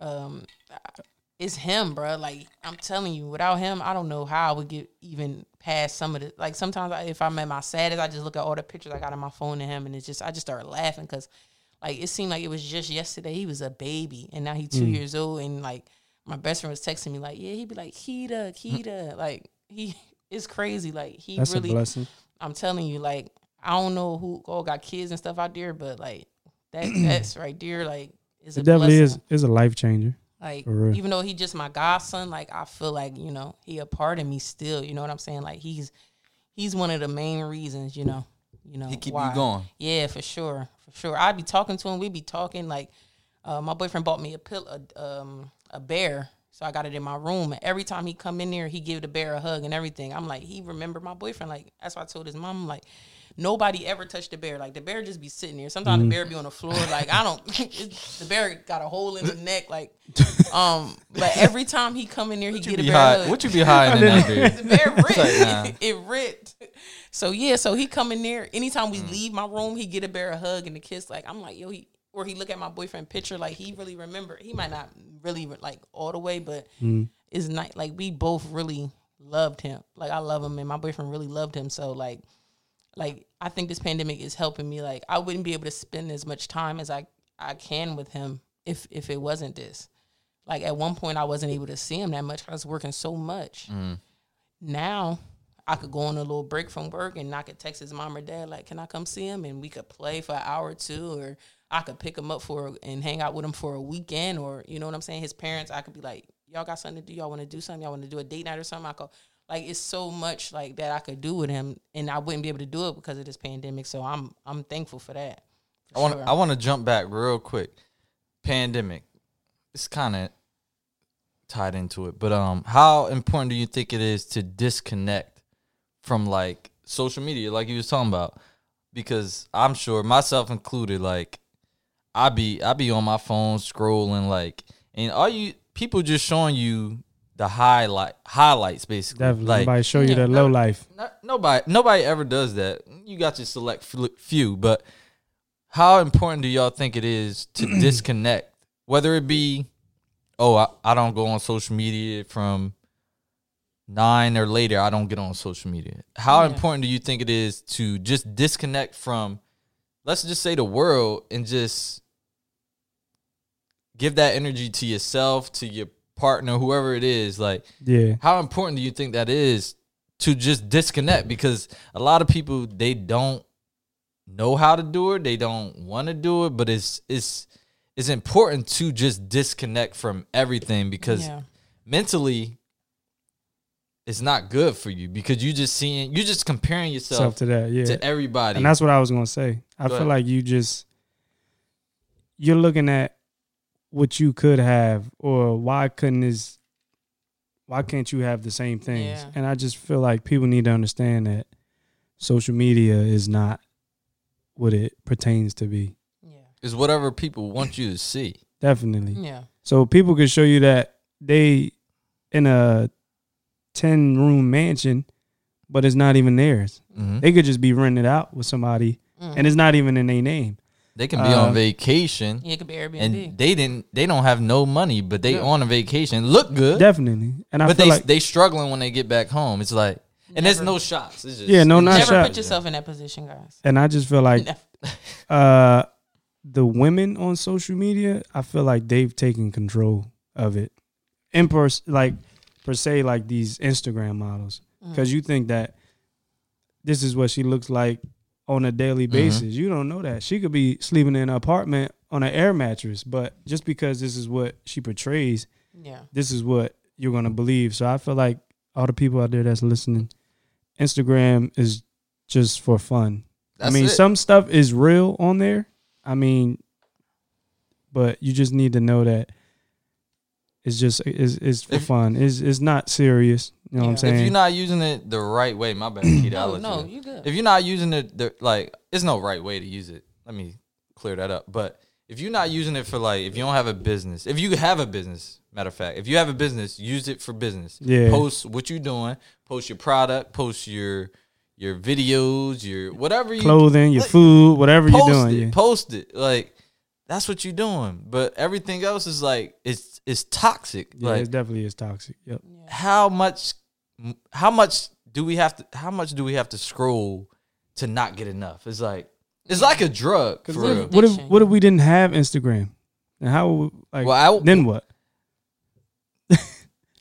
Um, I- it's him, bro. Like I'm telling you, without him, I don't know how I would get even past some of the. Like sometimes, I, if I'm at my saddest, I just look at all the pictures I got on my phone of him, and it's just I just start laughing because, like, it seemed like it was just yesterday he was a baby, and now he's
Mm.
two years old, and like my best friend was texting me like, yeah, he'd be like, Kita, Kita, like he. It's crazy, like he
Mm. That's
really
a blessing.
I'm telling you, like, I don't know who all got kids and stuff out there, but like that that's right there, like is a
It definitely
blessing.
is is a life changer.
Like
For real.
even though he just my godson, like I feel like, you know, he a part of me still, you know what I'm saying? Like he's he's one of the main reasons, you know. You know,
He keep you
why.
going.
Yeah, for sure. For sure. I'd be talking to him, we'd be talking like Uh, my boyfriend bought me a pill, a, um, a bear, so I got it in my room. And every time he come in there, he give the bear a hug and everything. I'm like, he remembered my boyfriend. Like that's why I told his mom, like, nobody ever touched the bear. Like the bear just be sitting there. Sometimes
Mm-hmm.
the bear be on the floor. Like I don't. the bear got a hole in the neck. Like, um, but every time he come in there, he
What you
get a
be
bear
high?
hug
What you be hiding in there?
the bear ripped.
like,
it ripped. So yeah, so he come in there. Anytime we leave my room, he get a bear a hug and a kiss. Like I'm like yo, he or he look at my boyfriend picture. Like he really remember. He might not really like all the way, but it's not like we both really loved him. Like I love him, and my boyfriend really loved him. So like, like I think this pandemic is helping me. Like I wouldn't be able to spend as much time as I I can with him if if it wasn't this. Like at one point, I wasn't able to see him that much. I was working so much now I could go on a little break from work and I could text his mom or dad, like, can I come see him? And we could play for an hour or two, or I could pick him up for and hang out with him for a weekend, or you know what I'm saying? His parents, I could be like, y'all got something to do? Y'all want to do something? Y'all want to do a date night or something? I could, like, it's so much like that I could do with him, and I wouldn't be able to do it because of this pandemic. So I'm I'm thankful for that.
I want
Sure.
I want to jump back real quick. Pandemic. It's kind of tied into it, but um how important do you think it is to disconnect from like social media like you was talking about? Because I'm sure myself included like I be I be on my phone scrolling like and all you people just showing you the highlight highlights basically.
Definitely.
Like,
Nobody show you
Yeah.
that low life.
no- nobody nobody ever does that. You got your select fl- few, but how important do y'all think it is to disconnect? Whether it be, oh, I, I don't go on social media from nine or later. I don't get on social media. How important do you think it is to just disconnect from, let's just say, the world and just give that energy to yourself, to your partner, whoever it is, like
Yeah.
how important do you think that is to just disconnect because a lot of people they don't know how to do it they don't want to do it but it's it's it's important to just disconnect from everything because
Yeah.
mentally it's not good for you because you just seeing you just comparing
Stuff
yourself
to that. Yeah.
to everybody
And that's what I was gonna say. I
Go
feel
ahead.
like you just you're looking at what you could have or why couldn't this why can't you have the same things?
Yeah.
And I just feel like people need to understand that social media is not what it pertains to be.
Yeah,
is whatever people want you to see
Definitely.
yeah,
So people could show you that they in a ten room mansion, but it's not even theirs.
Mhm.
They could just be renting it out with somebody and it's not even in their name.
they can be
Uh,
on vacation
yeah. It could be Airbnb.
and they didn't they don't have no money but they on a vacation look good
Definitely. And I
but
feel
they
like
they struggling when they get back home. It's like, and there's no shots. It's just,
Yeah, no, not
Never
shot.
put yourself in that position, guys.
and I just feel like uh the women on social media, I feel like they've taken control of it. In pers- like per se like these Instagram models
Mm.
cuz you think that this is what she looks like on a daily basis. You don't know that. She could be sleeping in an apartment on an air mattress, but just because this is what she portrays,
Yeah,
this is what you're gonna believe. So I feel like all the people out there that's listening, Instagram is just for fun. I
That's
mean,
it.
some stuff is real on there. I mean, but you just need to know that it's just it's, it's for
If-
fun. It's it's not serious. You know what I'm
Yeah.
saying?
If you're not using it the right way, my bad, Keita, I'll
no,
let
no,
you.
you good.
If you're not using it, the, like, it's no right way to use it. Let me clear that up. But if you're not using it for like, if you don't have a business, if you have a business, matter of fact, if you have a business, use it for business.
Yeah.
Post what you're doing. Post your product. Post your your videos. Your whatever you
Clothing, your
Look,
food, whatever you're
post
doing.
it,
yeah.
post it. Like that's what you're doing. But everything else is like it's it's toxic.
yeah,
like
it definitely is toxic. Yep.
how much how much do we have to how much do we have to scroll to not get enough? It's like it's like a drug for
What
real.
if, what if what if we didn't have Instagram? And how would- like
Well, I-
then what?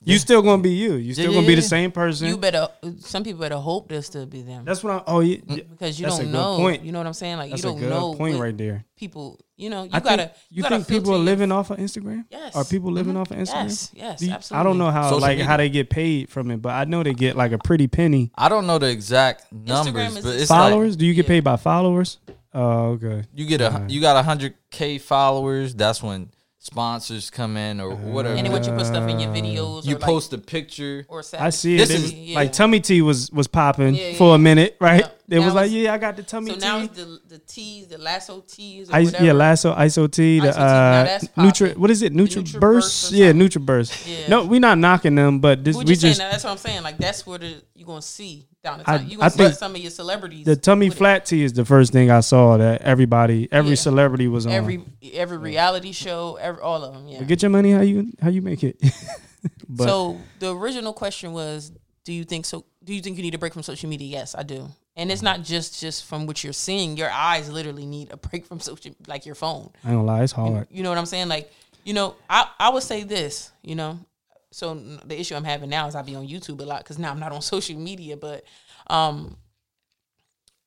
you still gonna be you. You still
yeah,
gonna be
yeah,
the
yeah.
same person.
you better. Some people better hope they'll still be them.
That's what I. Oh yeah, yeah.
Mm, because you
That's a
don't
good
know.
point.
You know what I'm saying? Like
that's
you
a
don't
good
know
point
what
right there.
people. You know, you
I
gotta.
think, you
gotta
think people
filter
are
your-
living off of Instagram?
Yes.
Are people living
Mhm.
off of Instagram?
Yes, yes,
Do you- I
absolutely.
don't know how
Social
like
media.
how they get paid from it, but I know they get like a pretty penny.
I don't know the exact numbers,
is
but
a-
it's
followers?
like
Do you get paid by followers? Oh, okay.
you get a you got a hundred k followers. That's when sponsors come in or
Uh-huh.
whatever.
And then what you put stuff
Uh,
in your videos.
you
or
post a picture.
Like, or
I see it.
This
They-
is-
Like tummy tea was was popping
Yeah, yeah,
for a
yeah.
minute, right?
Yeah.
It was
Now
like,
it's-
yeah, I got the tummy
So
tea.
now it's the the teas, the lasso teas. Or
I,
whatever.
yeah, lasso, iso tea, the
Iso tea, now
uh,
that's
Nutri,
popping.
what is it,
The
NutriBurst?
NutriBurst or
Yeah,
something.
NutriBurst.
Yeah.
No, we're not knocking them, but this
We're
we
just saying uh,
just
that. That's what I'm saying. Like that's where the, you're gonna see down the
I-
time. You're
I
gonna see
think
some of your celebrities.
the tummy
with it.
flat tea is the first thing I saw that everybody, every
Yeah.
celebrity was on.
Every every reality show, every all of them. Yeah.
Get your money how you how you make it. but
so the original question was, do you think so? Do you think you need a break from social media? Yes, I do. And it's not just just from what you're seeing. Your eyes literally need a break from social, like your phone.
I ain't gonna lie, it's hard.
You know what I'm saying? Like, you know, I, I would say this, you know. So n- the issue I'm having now is I be on YouTube a lot because now I'm not on social media. But um,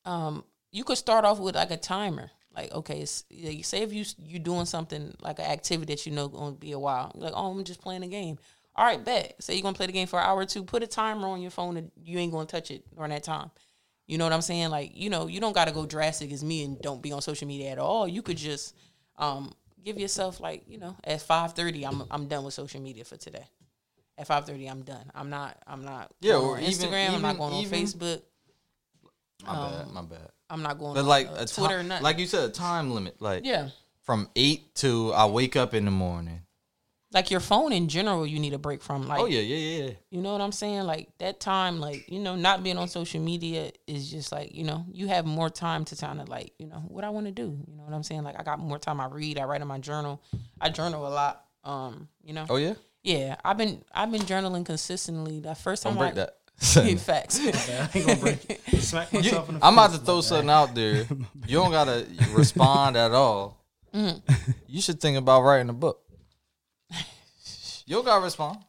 um, you could start off with like a timer. Like, okay, it's, like, say if you s- you doing something like an activity that you know gonna be a while. You're like, oh, I'm just playing a game. All right, bet. Say you're gonna play the game for an hour or two. Put a timer on your phone and you ain't gonna touch it during that time. You know what I'm saying? Like, you know, you don't got to go drastic as me and don't be on social media at all. You could just um, give yourself like, you know, at 5:30, I'm I'm done with social media for today. At 5:30, I'm done. I'm not. I'm not.
Yeah,
going
or
on
even-
Instagram. I'm not
even-
going on
even-
Facebook.
My bad, my bad.
I'm not going.
But
on
like
uh,
a
oh. Twitter,
Twitter,
or nothing.
like you said, a time limit. Like
yeah,
from eight to I wake up in the morning.
like your phone in general, you need a break from. Like,
Oh yeah, yeah, yeah, yeah.
You know what I'm saying? Like that time, like you know, not being on social media is just like you know, you have more time to kind of like you know what I want to do. You know what I'm saying? Like I got more time. I read. I write in my journal. I journal a lot. Um, you know.
Oh yeah.
Yeah, I've been I've been journaling consistently. The first time
Don't break
I,
that.
facts.
You- I'm about to throw something out there. You don't gotta respond at all.
Mm.
You should think about writing a book. You don't gotta respond.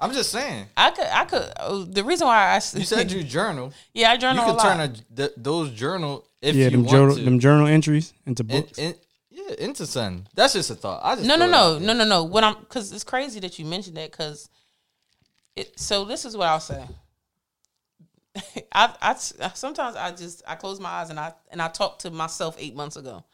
I'm just saying.
I could I could. oh, the reason why I s-
You said you journal.
yeah I
You
journal a
can
lot.
turn a, th- those journal if
yeah,
you
them
want
journal,
to.
them journal entries into
In-
books.
in- yeah, into something. That's just a thought. I just
no, no,
threw it out
no, no, no, no. What I'm because it's crazy that you mentioned that because it. So this is what I'll say. I, I sometimes I just I close my eyes and I and I talk to myself eight months ago,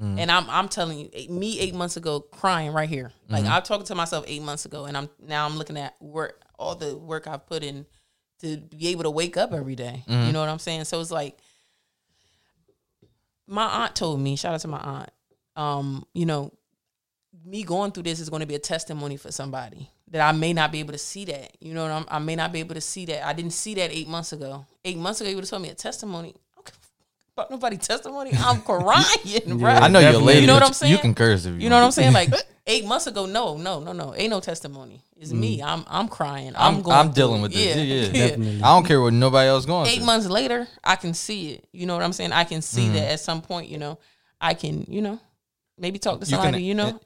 Mm.
and I'm I'm telling you eight- me eight months ago crying right here like
Mm-hmm.
I'm talking to myself eight months ago and I'm now I'm looking at work all the work I've put in to be able to wake up every day.
Mm-hmm.
You know what I'm saying? So it's like my aunt told me, shout out to my aunt, um, you know, me going through this is going to be a testimony for somebody that I may not be able to see that. You know what I'm, I may not be able to see that. I didn't see that eight months ago. Eight months ago, you would have told me a testimony. I don't give a fuck About nobody testimony, I'm crying, bro.
I know you're
Definitely.
lady.
You know
but
what I'm saying?
You can curse if you.
You know what I'm
want
saying? Like eight months ago, no, no, no, no, ain't no testimony. It's me. I'm, I'm crying. I'm,
Mm. I'm-
going.
I'm
through
dealing
it.
with this. Yeah, yeah.
Definitely.
to. I don't care what nobody else going.
eight
through.
months later, I can see it. You know what I'm saying? I can see
Mm-hmm.
that at some point, you know, I can, you know, maybe talk to
You can-
somebody, you, know.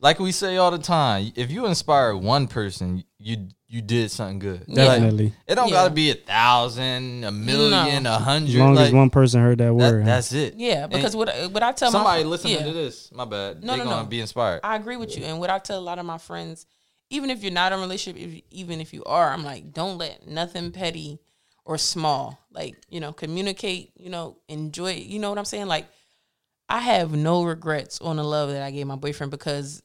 Like we say all the time, if you inspire one person, you you did something good. Like,
Definitely.
it don't
Yeah.
gotta be a thousand, a million, a
As
hundred.
long
like,
as one person heard that
that-
word, huh?
that's it.
yeah, because
And
what I- what I tell my
somebody
fri-
listening
yeah.
to this, my bad,
No,
they're
no,
gonna
no.
be inspired.
I agree with you. And what I tell a lot of my friends, even if you're not in a relationship, if, even if you are, I'm like, don't let nothing petty or small, like, you know, communicate, you know, enjoy, you know what I'm saying? Like, I have no regrets on the love that I gave my boyfriend because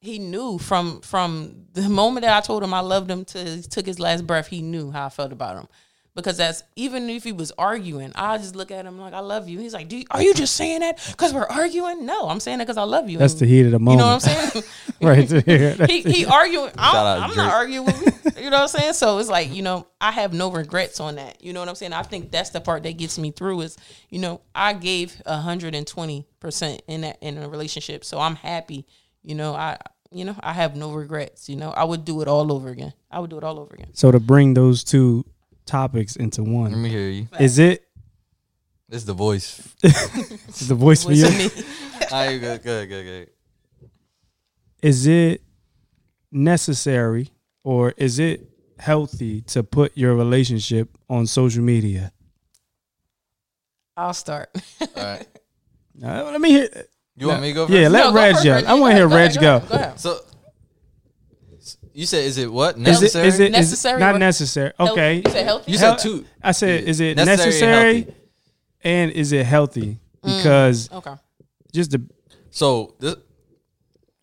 he knew from from the moment that I told him I loved him to he took his last breath, he knew how I felt about him. Because that's even if he was arguing, I just look at him like I love you. He's like, Do you, "Are you just saying that because we're arguing?" No, I'm saying that because I love you.
That's
And
the heat of
you
the moment.
know what I'm saying?
right there.
he, he arguing. I
Shout out
don't- I'm
Drake.
not arguing with you. You know what I'm saying? So it's like, you know, I have no regrets on that. You know what I'm saying? I think that's the part that gets me through is, you know, I gave 120% in that in a relationship. So I'm happy. You know, I you know, I have no regrets, you know. I would do it all over again. I would do it all over again.
So to bring those two topics into
Let
one,
me hear you.
is it
This is the voice.
is the voice for
With
you?
me.
All right, good, good, good, good.
Is it necessary or is it healthy to put your relationship on social media?
I'll start.
All right.
Uh, let me hear.
You want me to go first?
Yeah, let
No, go
Reg
first,
go.
Reg.
I want to
Go
hear
ahead,
Reg
go
go.
ahead, go ahead.
So you said, is it what
Is it,
necessary?
is it is it
Necessary
not
or-
necessary?
Health-
Okay,
You said healthy?
You said
Hel-
two.
I said,
Yeah.
is it
Necessary and
necessary,
healthy.
Mm. Oh.
and is it healthy? Because
okay.
just the
So this,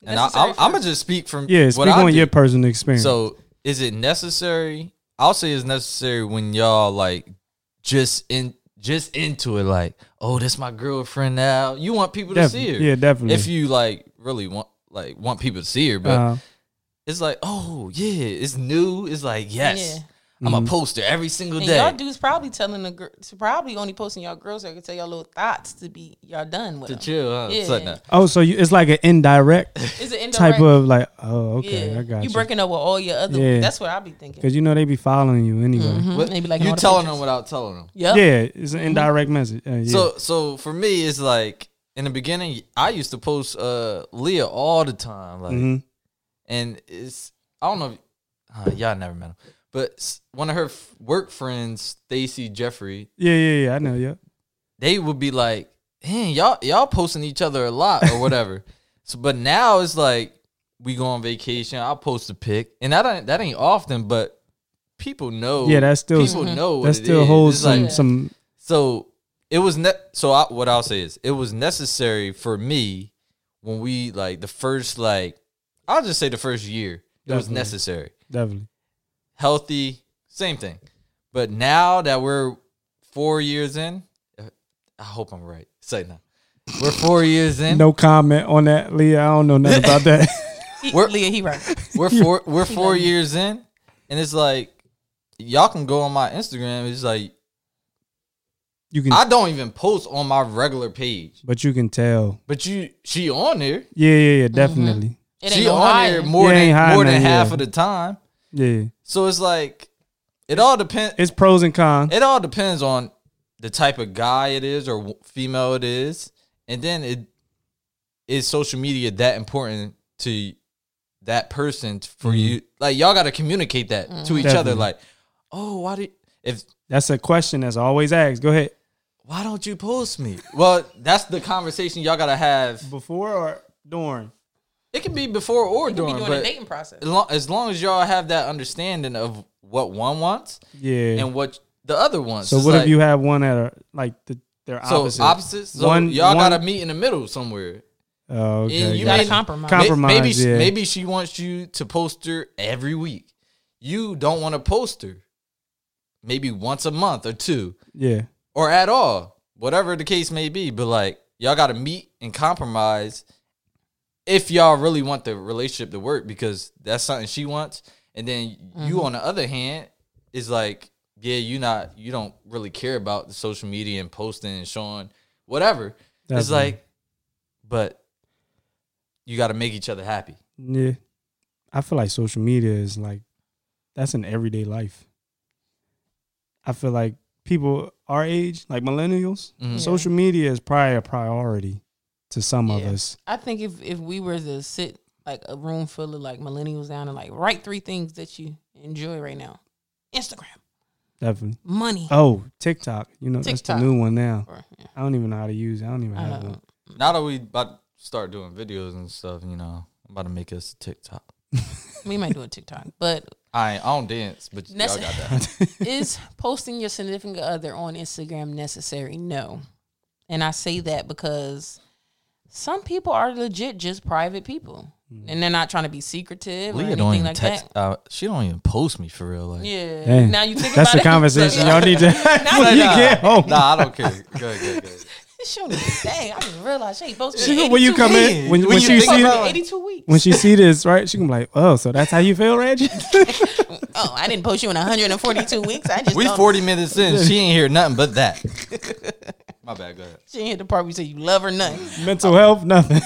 And I, I, I'm gonna just speak from
Yeah,
what
speak
I
on
did.
your personal experience.
So is it necessary? I'll say it's necessary when y'all like just in just into it, like, oh, this my girlfriend now. You want people to
Def-
see her.
yeah, definitely.
If you like really want like want people to see her, but
Uh,
it's like, oh yeah, it's new. It's like, yes.
Yeah.
I'm
Mm-hmm.
a poster every single
And
day.
y'all dudes probably telling the girl, probably only posting y'all girls so I can tell y'all little thoughts to be y'all done with.
to
'em.
chill, huh? It's
Yeah. Mm-hmm.
like, nah.
oh, so you, it's like an indirect
It's an indirect
type of like, oh, okay,
yeah.
I got
you
you.
breaking up with all your other.
Yeah.
That's what I be thinking.
Because you know they be following you anyway.
Mhm.
What-
They be liking
you
all the
telling
pictures.
them without telling them.
Yep.
Yeah, it's an indirect message. Uh, yeah.
So so for me, it's like in the beginning, I used to post uh Leah all the time, like,
Mhm.
and it's I don't know, if, uh, y'all never met him, but s- one of her f- work friends, Stacy Jeffrey,
yeah, yeah, yeah. I know. Yeah.
they would be like, "Hey, y'all y'all posting each other a lot or whatever." so, but now it's like we go on vacation, I'll post a pic, and that ain't, that ain't often, but people know.
Yeah, that's still-
people know what
That
it
still
is.
holds
It's
some
like-
some.
so it was ne- so I, what I'll say is it was necessary for me when we like the first like I'll just say the first year it was
Definitely.
necessary
Definitely.
healthy same thing but now that we're four years in uh, I hope I'm right say now we're four years in
No comment on that, Leah. I don't know nothing about that.
He,
We're-
Leah, he right.
we're four we're four years in and it's like y'all can go on my Instagram it's like
You can,
I don't even post on my regular page
but you can tell.
but you she on there
Yeah, yeah, yeah. Definitely.
It ain't
she
no
on there
hiding.
more
Yeah, ain't
than
hiding
more than
that,
half
yeah.
of the time.
Yeah,
So it's like it all depends.
it's pros and cons.
It all depends on the type of guy it is or w- female it is, and then it is social media that important to that person t-
Mm-hmm.
for you. Like y'all got to communicate that to each other.
Definitely.
Like, oh, why did if
That's a question that's always asked. Go ahead.
why don't you post me? Well, that's the conversation y'all got to have.
Before or during?
It can be before or
He be
during,
doing
but
the dating process.
as long, as long as y'all have that understanding of what one wants
Yeah.
and what the other wants.
so
It's
what
like-
if you have one that are like the, they're
so
opposite?
opposites? So y'all gotta meet in the middle somewhere.
Oh, okay.
And you
Gotta
may-
compromise.
may-
Compromise,
Maybe she-
yeah.
maybe she wants you to post her every week. You don't want to post her. Maybe once a month or two,
yeah.
or at all, whatever the case may be. But like y'all gotta meet and compromise if y'all really want the relationship to work because that's something she wants. And then you on the other hand is like, yeah, you not you don't really care about the social media and posting and showing whatever. It's
Definitely.
like, but you gotta make each other happy.
Yeah. I feel like social media is like that's an everyday life. I feel like people our age, like millennials,
Mhm.
social media is probably a priority to some of
Yeah.
us.
I think if if we were to sit like a room full of like millennials down and like write three things that you enjoy right now, Instagram,
Definitely.
money.
Oh, TikTok. You know, that's
TikTok. Uh-huh.
the new one now.
Or, yeah,
I don't even know how to use it. I don't even
I
have
don't
one.
know.
Now that we about to start doing videos and stuff, you know, I'm about to make us a TikTok.
we might do a TikTok, but
I I don't dance, but y'all
That's-
got that.
is posting your significant other on Instagram necessary? No. And I say that because some people are legit just private people.
Mm-hmm.
And they're not trying to be secretive or
Leah don't even
anything like
text.
that.
Uh, she don't even post me for real. Like,
Yeah.
Dang.
Now you think
That's
about
the
it.
conversation y'all need to
Nah,
when you Oh.
nah,
get home.
uh, Nah, I don't care. Good, good, good.
She don't even- Dang, I didn't realize she posted
She- when you come in, when,
When
when
you
she
think
see
about it.
82 weeks.
when she see this, right? She can be like, "Oh, so that's how you feel, Reggie?"
oh, I didn't post you in 142 weeks. I just
We
don't-
40 minutes in. She ain't hear nothing but that. My bad. Go ahead.
She ain't hit the part where you say you love her nothing.
Mental health, nothing.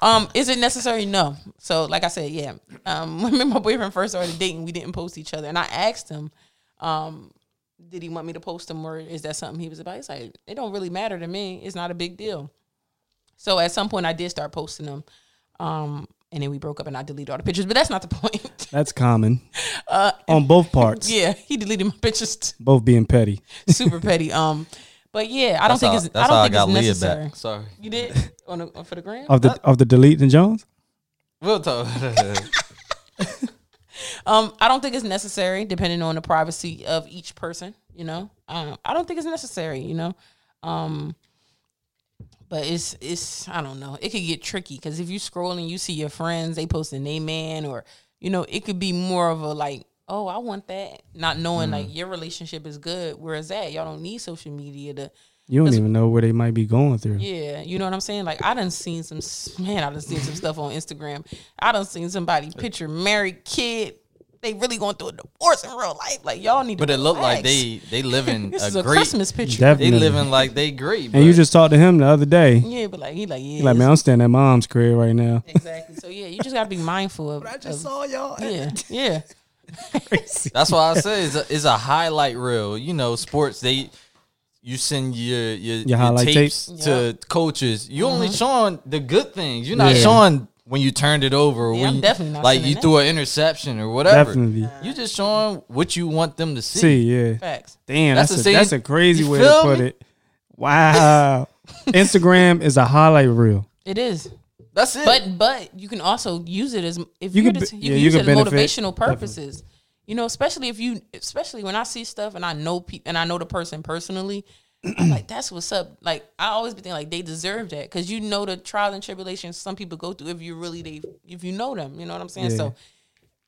Um, is it necessary? No. So, like I said, yeah. Um, when me and my boyfriend first started dating, we didn't post each other, and I asked him, um, did he want me to post him, or is that something he was about? He's like, it don't really matter to me. It's not a big deal. So at some point, I did start posting them, um, and then we broke up, and I deleted all the pictures. But that's not the point.
That's common
Uh,
on both parts.
yeah, he deleted my pictures. too.
Both being petty.
Super petty. Um, but yeah, I
That's
don't think
how-
it's.
that's
I don't
how
think
I got
it's
Leah
necessary.
back. Sorry.
You did on the, for the gram.
of the of the deleting and Jones.
We'll talk.
Um, I don't think it's necessary, depending on the privacy of each person. You know, um, I don't think it's necessary. You know, um, But it's it's I don't know. It could get tricky because if you scroll and you see your friends, they posting they man or you know it could be more of a like oh I want that, not
Mm.
knowing like your relationship is good. Whereas that y'all don't need social media to
You don't even know where they might be going through.
yeah you know what I'm saying. Like I done seen some s- man I done seen some stuff on Instagram. I done seen somebody picture married kid. They really going through a divorce in real life. Like y'all need to.
But it looked like
relax.
they they living
This
a,
is a
great.
Christmas picture.
They
Definitely.
living like they great.
and you
but-
just talked to him the other day.
Yeah, but like he like yeah.
He like,
it's-
man, I'm standing at my mom's crib right now.
Exactly. So yeah, you just gotta be mindful of. I just saw y'all. Yeah, yeah.
That's why I say it's a, it's a highlight reel. You know, sports they you send your your, your
highlight
tapes
tapes?
to coaches. You
Mm-hmm.
only showing the good things. You're not showing when you turned it over or
Yeah,
when
I'm
you,
definitely not
like
sending
you
that.
threw an interception or whatever.
Definitely.
You just showing what you want them to see.
See, yeah.
Facts.
Damn,
That's
that's,
the
a,
same-
that's a crazy
you
way to
feel
put
me?
it. Wow. Instagram is a highlight reel.
It is.
That's it.
But but you can also use it as if
You
you, are
can
the,
be-
you
yeah,
can
you
use
can
it as
benefit,
motivational
definitely.
purposes. You know, especially if you especially when I see stuff and I know pe- and I know the person personally, I'm like that's what's up. Like I always be thinking like they deserve that because you know the trials and tribulations some people go through if you really they if you know them. You know what I'm saying? So.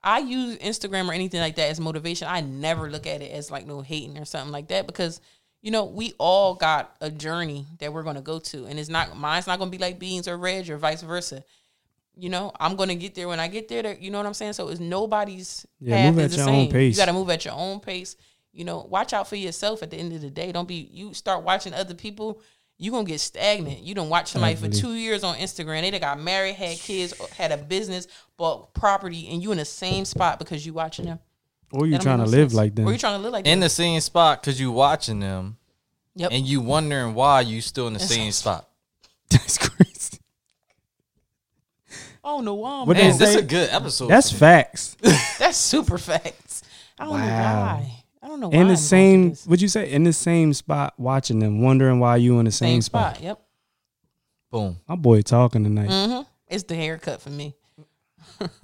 I use Instagram or anything like that as motivation. I never look at it as like no hating or something like that because you know we all got a journey that we're gonna go to, and it's not mine's not gonna be like beans or reg or vice versa. You know, I'm gonna get there when I get there. You know what I'm saying? So it's nobody's
Yeah,
path is
move at
the
your own
same.
pace.
You gotta move at your own pace. You know, watch out for yourself. At the end of the day, don't be you start watching other people. You gonna get stagnant. You don't watch somebody for two years on Instagram. They done got married, had kids, had a business, bought property, and you in the same spot because you watching them.
Or you
That don't
trying to
make no
live
sense.
like
Or you
them.
trying to live like
in
them.
the same spot because you watching them
Yep.
and you wondering why you still in the same spot.
That's crazy.
I don't know Oh, why.
What
man.
Man,
is
this is
that?
a good episode.
That's facts.
That's super facts. I don't know
Wow.
why. I don't know why.
in
I'm
the
watching
same,
this.
would you say in the same spot watching them, wondering why you in the same,
same
spot.
spot. Yep.
boom.
My boy talking tonight.
hmm It's the haircut for me.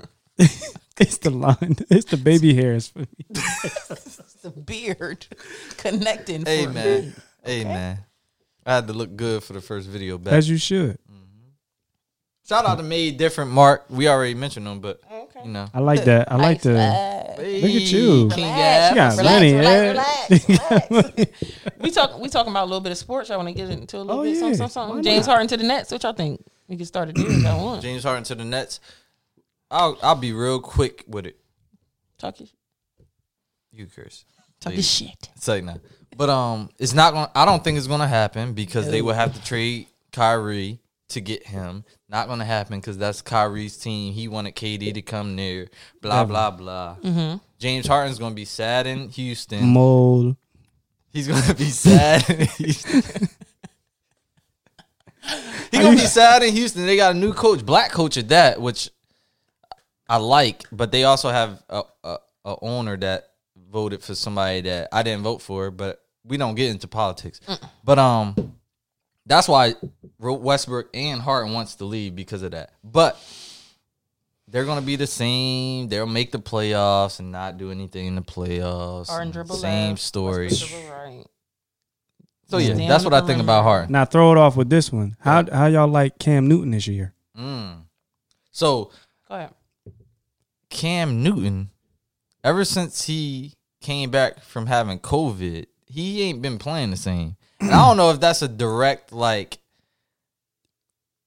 It's the line. It's the baby hairs for me.
It's the beard connecting.
Hey
for me.
man. Hey man. I had to look good for the first video back.
As you should.
Shout out to Made Different Mark. We already mentioned him, but you know.
I like that. I like the.
Relax,
Look at you.
King
She
Gab.
got eh? money. yeah.
relax, relax, relax. we talk. We talking about a little bit of sports. Y'all want to get into a little
Oh,
bit
yeah.
something, something, something.
Why
James
not?
Harden to the Nets. What y'all think? We can start it there. if y'all want.
James Harden to the Nets. I'll I'll be real quick with it.
Talk your,
You curse.
talk your
Please.
shit.
Say no. But um it's not gonna I don't think it's gonna happen because they would have to trade Kyrie to get him. Not gonna happen because that's Kyrie's team. He wanted KD to come near. Blah blah blah.
Mm-hmm.
James Harden's gonna be sad in Houston.
Mold.
He's gonna be sad. in Houston. he gonna be sad in Houston. They got a new coach, black coach at that, which I like. But they also have a, a, a owner that voted for somebody that I didn't vote for. But we don't get into politics. But um, that's why Ro- Westbrook and Harden wants to leave because of that. But they're gonna be the same. They'll make the playoffs and not do anything in the playoffs.
Harden dribble
same
left,
story.
Dribble right.
So yeah,
Stand
that's
on
what I
the
think
perimeter.
about Harden.
Now throw it off with this one. How how y'all like Cam Newton this year?
Mm. So
Go ahead.
Cam Newton, ever since he came back from having COVID, he ain't been playing the same. And I don't know if that's a direct like.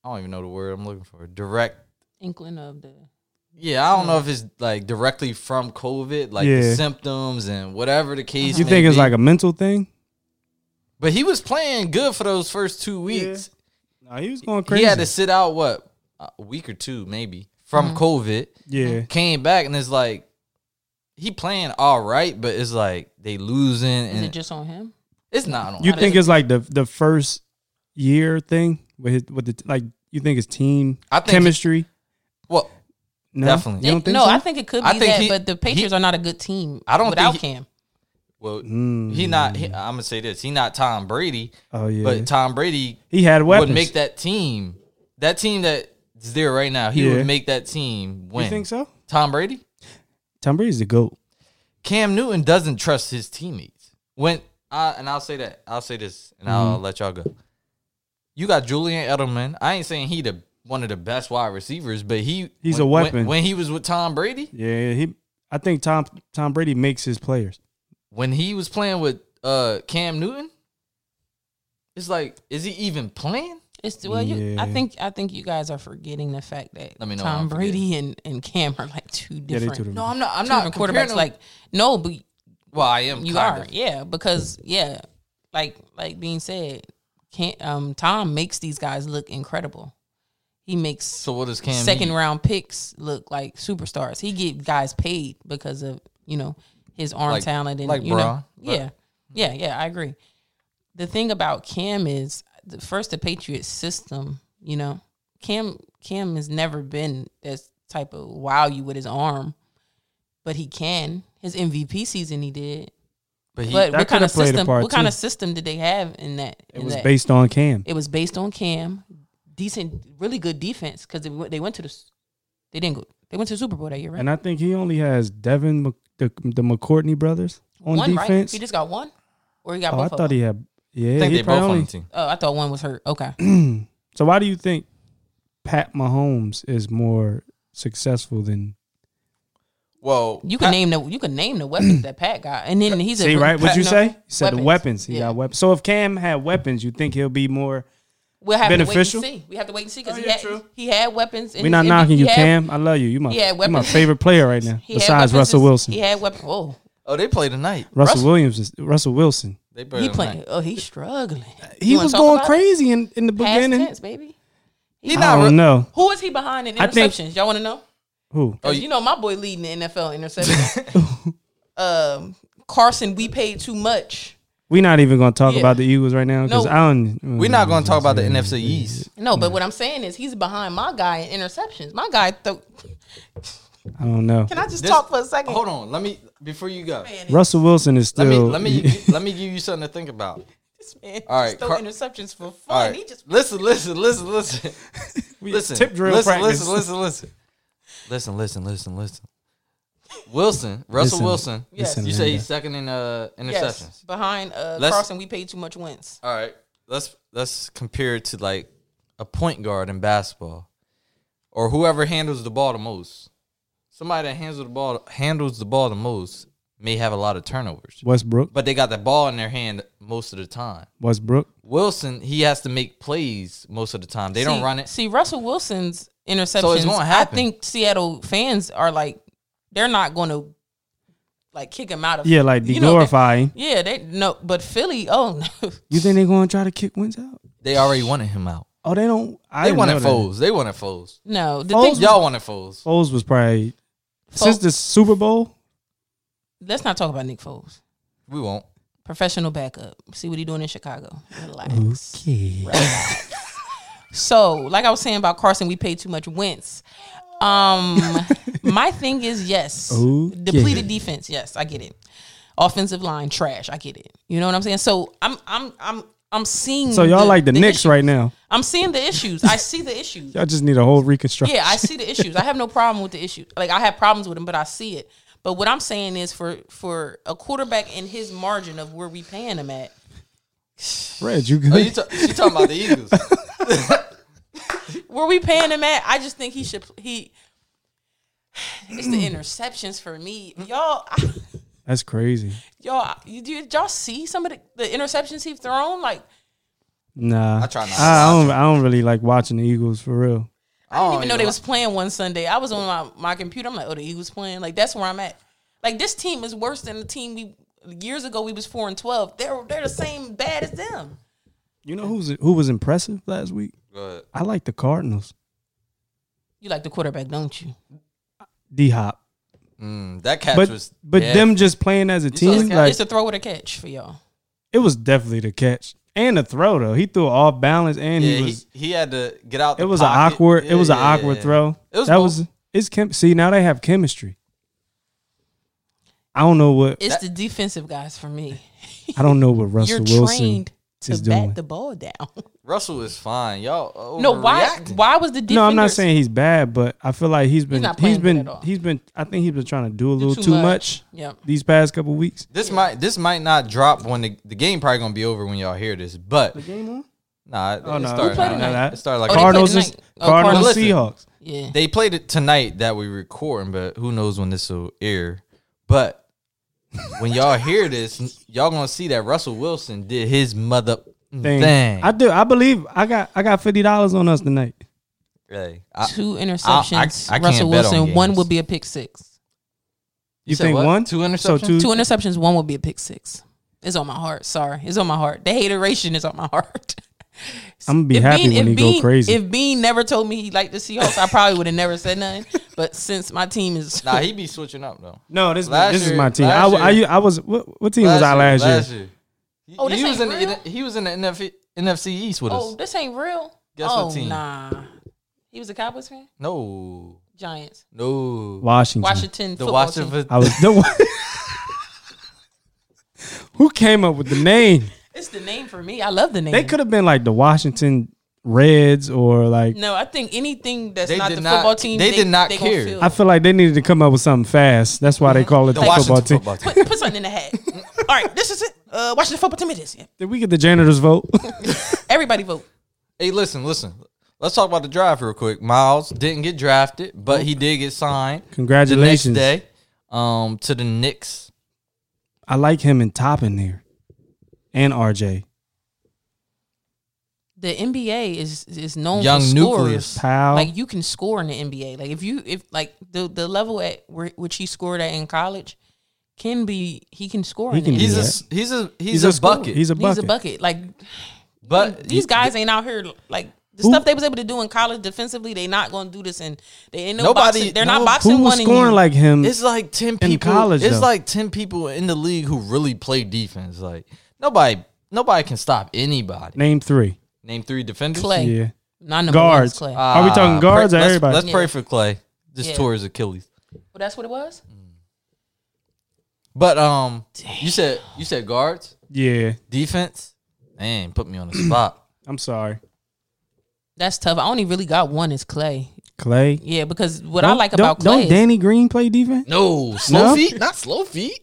I don't even know the word I'm looking for. Direct.
Inkling of the
Yeah, I don't know if it's like directly from COVID, like the
Yeah.
symptoms and whatever the case.
You
may
think it's
be.
like a mental thing?
But he was playing good for those first two weeks.
No, he was going crazy.
He had to sit out what a week or two maybe from
Mm-hmm.
COVID.
yeah.
came back and it's like he playing all right, but it's like they losing
is
and
it just on him?
it's not on.
You think it's like the the first year thing with his, with the like you think it's team
I think-
chemistry?
well,
No?
Definitely.
You don't think
no,
so?
I think it could be
I think
that,
he-
but the Patriots
he-
are not a good team.
I don't
without
think he-
Cam.
well,
Mm.
he not. He, I'm gonna say this: he not Tom Brady,
Oh yeah.
but Tom Brady
he had weapons.
would make that team. That team that is there right now, he
Yeah.
would make that team win.
You think so?
Tom Brady,
Tom Brady's the goat.
Cam Newton doesn't trust
Mm-hmm.
his teammates. When I and I'll say that, I'll say this, and I'll let y'all go. you got Julian Edelman. I ain't saying he the one of the best wide receivers, but he
He's
when-
a
when-
weapon.
When, he was with Tom Brady,
Yeah, he. I think Tom Tom Brady makes his players.
when he was playing with uh Cam Newton, it's like, is he even playing?
It's well, you, I
Yeah.
think I think you guys are forgetting the fact that
Let me know when
Tom
I'm
Brady and and Cam are like two
Yeah, they
different.
two different.
No, I'm not. I'm
two
not
different
comparing
quarterbacks.
him.
Like no, but
well, I am.
you
kind
are
of.
yeah because yeah, like like being said, can um Tom makes these guys look incredible. He makes
So what does Cam?
second
need?
round picks look like superstars. He get guys paid because of you know his arm
Like-
talent and
like
you know
Bra, but-
yeah yeah yeah I agree. The thing about Cam is the first the Patriots system. You know Cam Cam has never been this type of wow you with his arm, but he can. His MVP season he did.
But he,
But
that
what kind of
coulda played a
system?
part,
What kind
too.
of system did they have in that?
It
in
was
that?
based on Cam.
It was based on Cam, decent, really good defense because they, went- they went to the, s- they didn't go, they went to the Super Bowl that year, right?
And I think he only has Devin, Mc- the, the McCourtney brothers on
one, right?
defense.
He just got one, or he got
oh,
both.
I
of
thought
them?
he had. Yeah,
I think
he
they both
probably
on the
only-
team.
Oh, I thought one was hurt. Okay,
so why do you think Pat Mahomes is more successful than?
Well,
you can name the you can name the weapons that Pat got, and then he's a
See, right? What'd you
no,
say? You said the weapons. He
Yeah.
got weapons. So if Cam had weapons, you think he'll be more?
We'll have
Beneficial?
to wait and see. We have to wait and see because
Oh,
he
yeah,
had
true.
he had weapons. in
We're
his
not
MVP.
knocking you,
He had-
Cam. I love you. You my
he had
you my
weapons.
favorite player right now,
he had
besides
weapons
Russell
as-
Wilson.
he had weapons. Oh,
oh, they played tonight.
Russell,
Russell-
Williams is Russell Wilson.
They played
he
tonight.
playing. Oh, he's struggling.
He
You wanna
was
talk
going
about it?
crazy in, in the
Past
beginning.
tense, baby.
He
I
not
don't
re-
know
Who is he behind in
I think-
interceptions? Y'all want to know?
who.
Oh,
Oh,
you-
you know my boy leading the NFL in interceptions. um, Carson, we paid too much.
We're not even going to talk
Yeah.
about the Eagles right now because
No.
I don't.
We're not going to talk about the NFC East.
No, but what I'm saying is he's behind my guy in interceptions. My guy, th-
I don't know.
can I just
This-
talk for a second?
Hold on, let me before you go.
Russell Wilson is
Let
still.
me let me let me give you something to think about.
This man
All right,
just throw
Car-
interceptions for fun.
All right,
He just
listen, listen, listen, listen, listen.
tip drill
listen,
practice.
listen, listen, listen, listen, listen, listen, listen. Wilson, Russell
Listen.
Wilson.
Yes.
Listen,
You say
Linda.
he's second in uh, interceptions.
yes, behind uh,
Let's-
Carson, we paid too much wins.
All right, let's let's compare it to like a point guard in basketball, or whoever handles the ball the most. Somebody that handles the ball handles the ball the most may have a lot of turnovers,
Westbrook.
but they got the ball in their hand most of the time.
Westbrook.
Wilson, he has to make plays most of the time. They don't
See-
run it.
See, Russell Wilson's interceptions.
gonna
I
happen.
think Seattle fans are like, they're not going to like kick him out of.
Yeah, like
you know, they-
deglorify him.
Yeah, they no, but Philly. Oh no,
You think they're going to try to kick wins out?
They already wanted him out.
Oh, they don't. I
They
didn't
wanted
know that.
Foles. They wanted Foles.
no. The
Foles-
thing,
Y'all wanted Foles.
Foles was probably
Foles-
since the Super Bowl.
let's not talk about Nick Foles.
We won't.
Professional backup. See what he doing in Chicago. Relax. Relax. so, like I was saying about Carson, we paid too much Wentz. Um, my thing is yes,
Okay.
depleted defense. Yes, I get it. Offensive line trash. I get it. You know what I'm saying. So I'm I'm I'm I'm seeing.
So y'all like the, Knicks
issues.
right now.
I'm seeing the issues. I see the issues.
Y'all just need a whole reconstruction.
Yeah, I see the issues. I have no problem with the issue. Like I have problems with them, but I see it. But what I'm saying is for for a quarterback in his margin of where we paying him at,
Red, you good?
Oh, you ta- she talking about the Eagles?
where we paying him at, I just think he should he it's the interceptions for me. Y'all I,
That's crazy.
y'all you did y'all see some of the, the interceptions he's thrown? Like
Nah,
I try not to
I, I don't. I don't really like watching the Eagles for real.
I
Oh,
didn't even know they was playing one Sunday. I was on my, my computer. I'm like, oh, the Eagles playing. Like that's where I'm at. Like this team is worse than the team we years ago. We was four and twelve. They're they're the same bad as them.
You know who's who was impressive last week?
Go ahead.
I like the Cardinals.
You like the quarterback, don't you?
D Hop,
Mm, that catch
but
was.
but
yeah.
them just playing as a
saw the
team,
catch?
like
it's a throw with a catch for y'all.
it was definitely the catch and the throw though. He threw off balance and
Yeah,
he
he,
was.
he, had to get out. The
it was an
pocket.
awkward. it was an
Yeah,
awkward
yeah.
throw.
It was
that
both.
was it's chem- see now they have chemistry. I don't know what
It's the defensive guys for me.
I don't know what Russell
You're
Wilson.
trained to
is
bat
doing.
the ball down.
Russell is fine. Y'all.
no, why?
overreacting.
Why was the defense?
No, I'm not saying he's bad, but I feel like he's been
not
he's
playing good
been
at all.
he's been I think he's been trying to do a little too,
too
much.
much. Yep.
these past couple weeks.
This might this might not drop when the, the game probably gonna be over when y'all hear this, but
game on?
Nah, it,
Oh,
it
no.
started.
Who played
tonight.
tonight?
It started like
Oh, they played
Cardinals is
tonight. Oh,
Cardinals
Cardinals.
Seahawks.
Yeah.
They played it tonight that we recording, but who knows when this will air. But when y'all hear this, y'all gonna see that Russell Wilson did his mother
Thing.
thing.
I do. I believe I got I got fifty dollars on us tonight.
Hey, I-
Two
interceptions,
interceptions.
I- I can't Russell
Russell
bet on Wilson,
Wilson.
games.
one would be a pick six.
You,
said
think
what?
one?
Two
So
interceptions?
two.
Two interceptions. One would be a pick six. It's on my heart. Sorry, it's on my heart. The hateration is on my heart.
I'm gonna be
If
happy
Bean- if
when he go
Bean-
crazy.
If Bean never told me he liked the Seahawks, I probably would have never said nothing. But since my team is
nah, he be switching up though.
no, this
Last
this
year-
is my team. I,
last
I,
year-
I was what, what team was I last year?
He-
Oh, this
he was in
ain't
the,
real?
he was in the NF, NFC East with
oh,
us.
this ain't real.
Guess
oh,
what team?
Nah, he was a Cowboys fan.
No,
Giants,
no,
Washington.
Washington,
the
football team.
Washington.
I was the one. Who came up with the name?
It's the name for me. I love the name.
They could have been like the Washington Reds or like.
No, I think anything that's
They
not
did
the
not-
football team,
they
they,
did not
they gonna
care.
feel.
I feel like they needed to come up with something fast. That's why they call it the,
The Washington
football team.
football team.
put, put something in the hat. All right, this is it. Uh, Washington football team it is. Yeah.
Did we get the janitors vote?
Everybody vote.
Hey, listen, listen. Let's talk about the draft real quick. Miles didn't get drafted, but he did get signed.
Oh. Congratulations.
The next day, um, to the Knicks.
I like him and Top in there, and RJ
The NBA is is known
Young
for
nucleus.
scorers.
Powell.
Like you can score in the NBA. Like if you if like the the level at where, which he scored at in college can be he can score.
He
in
can
the
do
He's
NBA.
a
that.
he's a he's,
He's
a,
a scorer.
bucket.
He's a
He's a
bucket.
bucket. Like
but
these guys ain't out here like. The
Who-
stuff they was able to do in college defensively, they not gonna do this, and they ain't no
Nobody-
boxing- They're
no-
not boxing
Who was
one in
scoring
you.
like him?
It's like ten people.
in college,
it's
though.
like ten people in the league who really play defense. Like nobody nobody can stop anybody.
Name three.
Name three defenders.
Clay.
Yeah.
Not number one is
Guards.
Clay.
Are we talking
Uh,
guards
pray-
or
let's,
everybody?
Let's pray
Yeah.
for Clay. Just
Yeah.
tore his Achilles.
well, that's what it was.
But um, you said you said guards
yeah.
defense. Man, put me on the spot.
I'm sorry.
That's tough. I only really got one is Clay.
Clay.
Yeah, because what I
Don't-
like
don't-
about Clay,
Don't
is-
Danny Green play defense?
No, slow
No?
feet, not slow feet.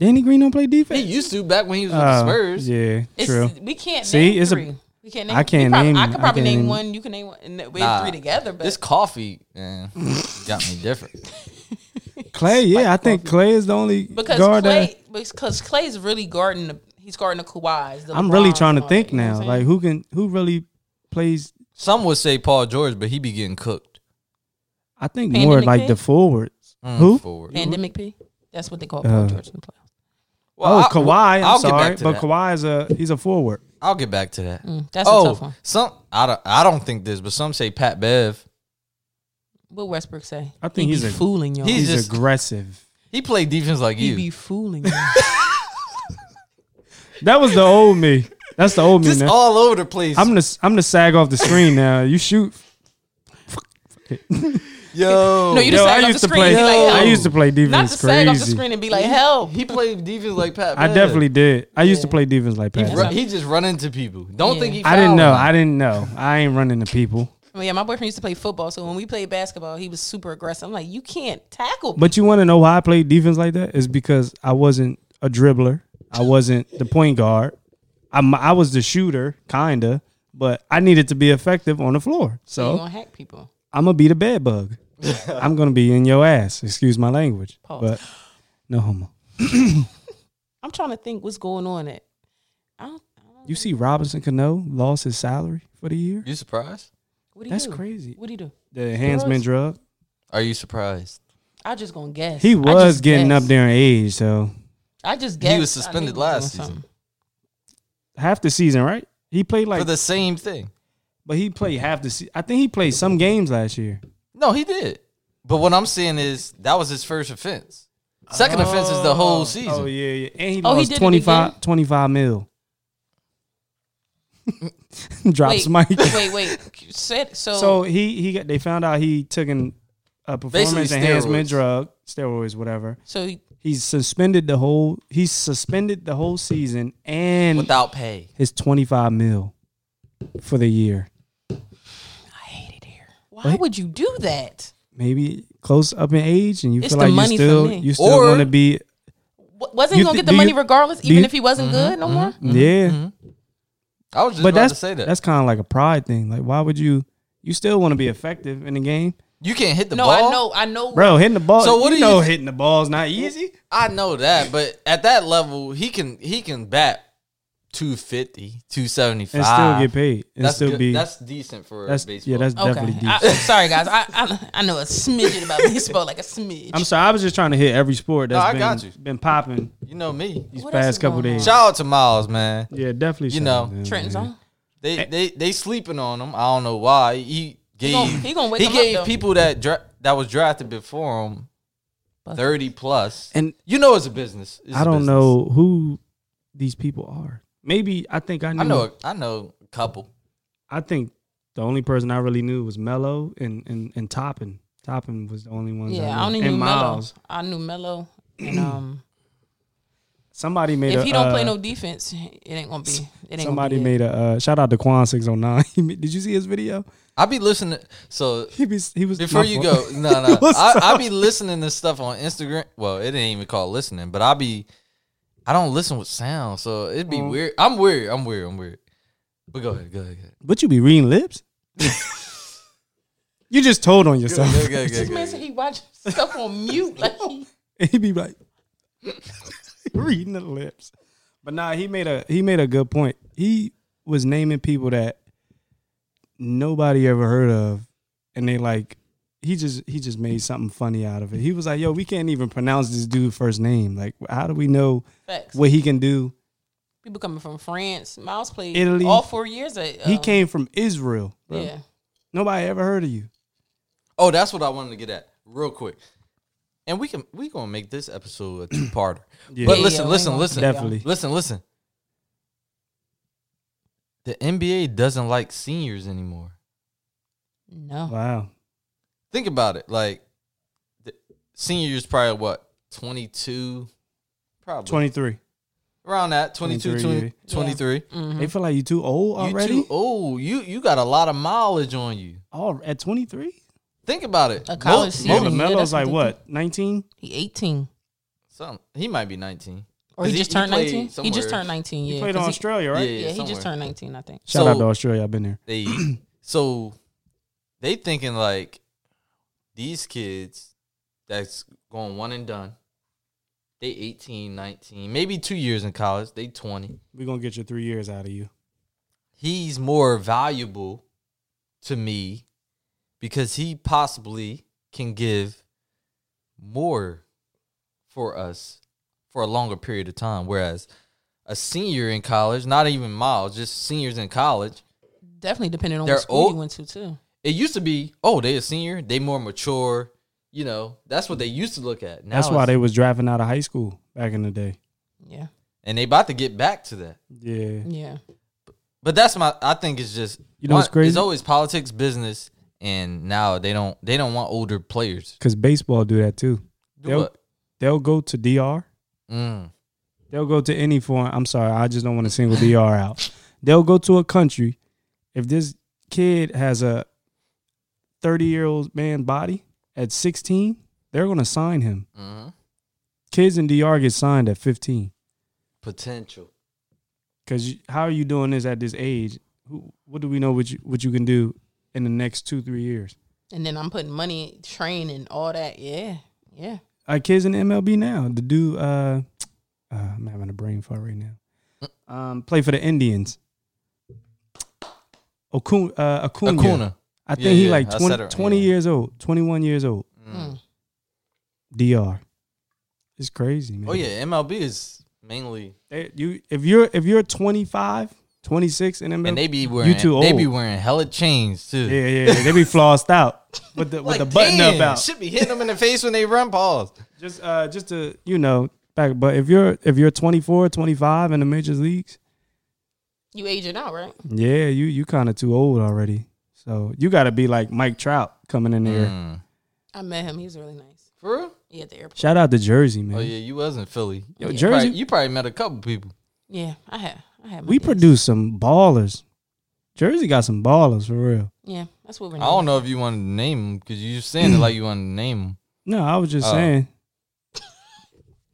Danny Green don't play
He
defense.
used to back when he was with
Oh,
the Spurs.
Yeah.
it's,
True.
we can't
See,
name
it's a-
three. we can't name.
I
we
can't
probably-
name-
I could
I
probably
can't
name
name-
one. You can name one. And we
Nah,
three together, but
This coffee man, got me different.
Clay. Yeah. I think Clay is the only
because
guard that.
Clay, because Clay's really guarding. The, he's guarding the Kawhis. the
I'm really
LeBrons
trying
and
to
all
think
that, you know
now.
what I'm
Like
saying?
who can who really plays?
Some would say Paul George, but he be getting cooked.
I think
Panda
more
McKay?
like the forwards.
Mm,
Who?
forward.
pandemic P. That's what they call Paul
Uh,
George in the playoffs.
Well,
oh,
I-
Kawhi. I'm
I'll get
sorry,
back to
but
that.
Kawhi is a he's a forward.
I'll get back to that.
Mm, that's
oh,
a tough one.
some I don't I don't think this, but some say Pat Bev.
What Westbrook say?
I think
he
he's
be
a-
fooling y'all.
he's
He's,
just-
aggressive.
He played defense like
he
you.
be fooling you.
That was the old me. That's the old me
just
now.
all over the place.
I'm gonna I'm gonna sag off the screen now. You shoot.
yo,
No, you just
Yo,
sag
I
off
used
the
to
screen.
play.
Be like,
I
"Help."
used to play
not
defense
to
crazy.
sag off the screen and be like, help.
He played defense like Pat.
I
Bev.
definitely did. I used to
Yeah.
play defense like
He,
Pat.
run, he just run into people. Don't
Yeah.
think he.
I didn't
fouled
know.
him.
I didn't know. I ain't running to people.
Well, yeah, my boyfriend used to play football, so when we played basketball, he was super aggressive. I'm like, you can't tackle.
But you want to know why I played defense like that? Is because I wasn't a dribbler. I wasn't the point guard. I'm, I was the shooter, kinda. But I needed to be effective on the floor.
so you
So
gonna hack people.
I'm gonna be the bed bug. I'm gonna be in your ass. Excuse my language,
Pause.
but no homo.
I'm trying to think what's going on. At I don't. I don't
You see, Robinson Cano lost his salary for the year.
You surprised?
what do you
That's
do?
crazy.
What do you do?
The handsman drug.
Are you surprised?
I just gonna guess.
He
I
was
just
getting
guessed.
up there in age, so
I just guessed.
He was
I knew
suspended
he was
last
doing
season.
something.
half the season, right? He played like,
For the same thing.
but he played half the. Se- I think he played some games last year.
No, he did. But what I'm saying is that was his first offense. Second offense is the whole season.
Oh yeah, yeah, and he
Oh, he
lost
did it
25,
again?
25 mil. Drops mic.
Wait, wait, wait. You Said so.
So he he got they found out he took an a performance
Basically
enhancement
steroids.
drug, steroids, whatever.
so he-
He's suspended the whole. He's suspended the whole season and
Without pay.
his twenty five mil for the year.
I hate it here. Why would you do that?
Maybe close up in age, and you
It's
feel
the
like
money
you
for
still
me.
you still
Or-
want to be.
W- Wasn't he
You
gonna
thi-
get the
do
money
you- Mm-hmm,
regardless,
do
even
you-
Mm-hmm.
if he wasn't good no more?
yeah,
I was just
but
about
that's
to say that.
that's kind of like a pride thing. Like, why would you? You still want to be effective in the game,
you can't hit the
no,
ball.
I know, I know.
bro. Hitting the ball.
So what
you
do you
know?
th-
hitting the ball is not easy.
I know that, but at that level, he can he can bat 250, 275.
And still get paid. And
That's
still
good-
be
that's decent for
that's-
baseball.
yeah, that's- definitely
Okay,
deep.
I, am sorry guys. I, I I know a smidget about baseball, like a smidge.
I'm sorry, I was just trying to hit every sport that's
No, I
been,
got you.
been popping
you know me.
these
What else
past
is
couple
going on?
days.
Shout out to Miles, man.
Yeah, definitely.
You
shout
know,
out to him,
Trenton's
man.
on.
Eh.
They they they sleeping on him. I don't know why. He gave
gon- he gon' wake him up,
gave
though.
people that dra- that was drafted before him thirty plus,
And-
you know it's a business. It's
I
a
don't
business.
know who these people are. Maybe I think I knew.
I know I know a couple.
I think the only person I really knew was Mello and and and Toppin. Toppin was the only one.
Yeah,
I
I only
knew. And
knew Mello.
Miles.
I knew Mello, and um,
Somebody Mm. made a.
if he don't play
uh,
no defense, it ain't gonna be. It ain't gonna
Somebody
be it.
made a uh, shout out to Quan six oh nine. Did you see his video?
I be listening. So
He was he was
Before
my
you go,
fault.
no, no,
What's
I, I
up?
be listening to stuff on Instagram. Well, it ain't even called listening, but I be, I don't listen with sound, so it'd
Mm.
be weird. I'm weird. I'm weird. I'm weird. But go ahead. Go ahead.
But you be reading lips. you just told on
Go
yourself.
ahead. Go ahead, go ahead, go
This
ahead, go
man
ahead.
said he watching stuff on mute. Like he,
And he be like reading the lips. But nah, he made a he made a good point. He was naming people that nobody ever heard of, and they like he just he just made something funny out of it. He was like, "Yo, we can't even pronounce this dude's first name. Like, how do we know
facts.
what he can do?
People coming from France. Miles played
Italy.
all four years at.
He
um,
came from Israel. bro.
Yeah.
Nobody ever heard of you.
Oh, that's what I wanted to get at real quick. And we can we gonna make this episode a two parter.
Yeah.
But
Yeah,
listen,
yeah,
listen,
we
listen,
gonna- Definitely.
listen, listen. The NBA doesn't like seniors anymore.
No.
Wow,
think about it. Like the senior year's probably what twenty two, probably
twenty three.
around that 22,
23,
20, 23.
Mm-hmm.
They feel like you too old already.
You too, oh, you you got a lot of mileage on you.
Oh, at twenty three.
Think about it.
A college
Mo-
senior.
Mo-
Melo's
yeah, that's
like
what they
what nineteen.
He 18.
some- he might be nineteen,
Or he,
'Cause
just turned
played
19? He just
somewhere.
turned 19, yeah.
He played
'cause
on
he-
Australia, right?
Yeah, he
somewhere.
just turned 19, I think.
Shout
So-
out to Australia. I've been there.
they so they thinking like these kids that's going one and done they 18 19 maybe two years in college they 20
We're gonna get your three years out of you.
he's more valuable to me because he possibly can give more for us for a longer period of time whereas a senior in college not even miles just seniors in college
Definitely depending on
They're
what school
old-
you went to, too.
it used to be, oh, they a senior, they more mature. You know, that's what they used to look at. Now
That's why
it's-
they was drafting out of high school back in the day.
Yeah.
and they about to get back to that.
Yeah.
Hmm.
Yeah.
But that's my I think it's just
You know what's crazy?
It's always politics, business, and now they don't they don't want older players.
Cause baseball do that too.
Do
They'll
what?
they'll go to DR.
Mm.
They'll go to any foreign I'm sorry, I just don't want to single DR out. They'll go to a country. If this kid has a thirty year old man body at sixteen, they're gonna sign him.
Mhm.
Kids in DR get signed at fifteen.
Potential.
Cause you, how are you doing this at this age? Who, what do we know what you what you can do in the next two three years?
And then I'm putting money, train, and all that. Yeah. Yeah.
Our kids in the MLB now. The dude, uh, uh, I'm having a brain fart right now. Um, play for the Indians. Okun, uh, Acuna.
Acuna.
I think
Yeah,
he
yeah,
like
I said
20,
it,
20
yeah.
years old, 21 years old.
Mm.
DR. It's crazy, man.
Oh yeah, MLB is mainly
They- you if you're if you're 25, 26 in MLB,
and they be wearing
you too
they
old.
be wearing hella chains too.
yeah, yeah, yeah, they be flossed out with the with
Like,
the button
damn,
up out.
Should be hitting them in the face when they run pause.
just uh just to you know back but if you're if you're 24 25 in the major leagues
You aging out, right?
yeah you you kind of too old already so you got to be like mike trout coming in there
Mm.
I met him. He was really nice.
For real?
Yeah, at the airport.
shout out to jersey man
Oh yeah, you was in Philly.
Yo,
You
Jersey-
probably- you probably met a couple people.
Yeah, I had. I had. my
we
days.
produce some ballers jersey got some ballers for real
Yeah, that's what we're.
I don't know if you wanted to name them because you saying it like you wanted to name them.
no i was just
Oh.
saying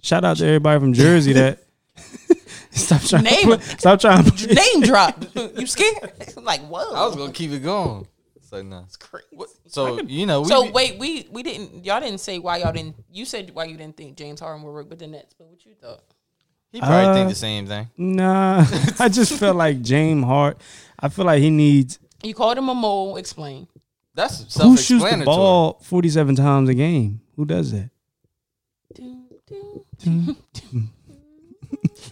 shout out to everybody from jersey that Stop trying.
Name
to play,
him.
stop trying. To play.
Name drop. you scared? like whoa.
I was gonna keep it going. It's like nah.
It's crazy.
What- So you know, we
so
be-
wait, we we didn't. Y'all didn't say why y'all didn't. You said why you didn't think James Harden would work with the Nets, but what you thought?
he probably think
Uh,
the same thing.
Nah, I just feel like James Hart. I feel like he needs
You called him a mole. Explain.
That's
who shoots the
self-explanatory.
ball forty-seven times a game. Who does that? Hmm.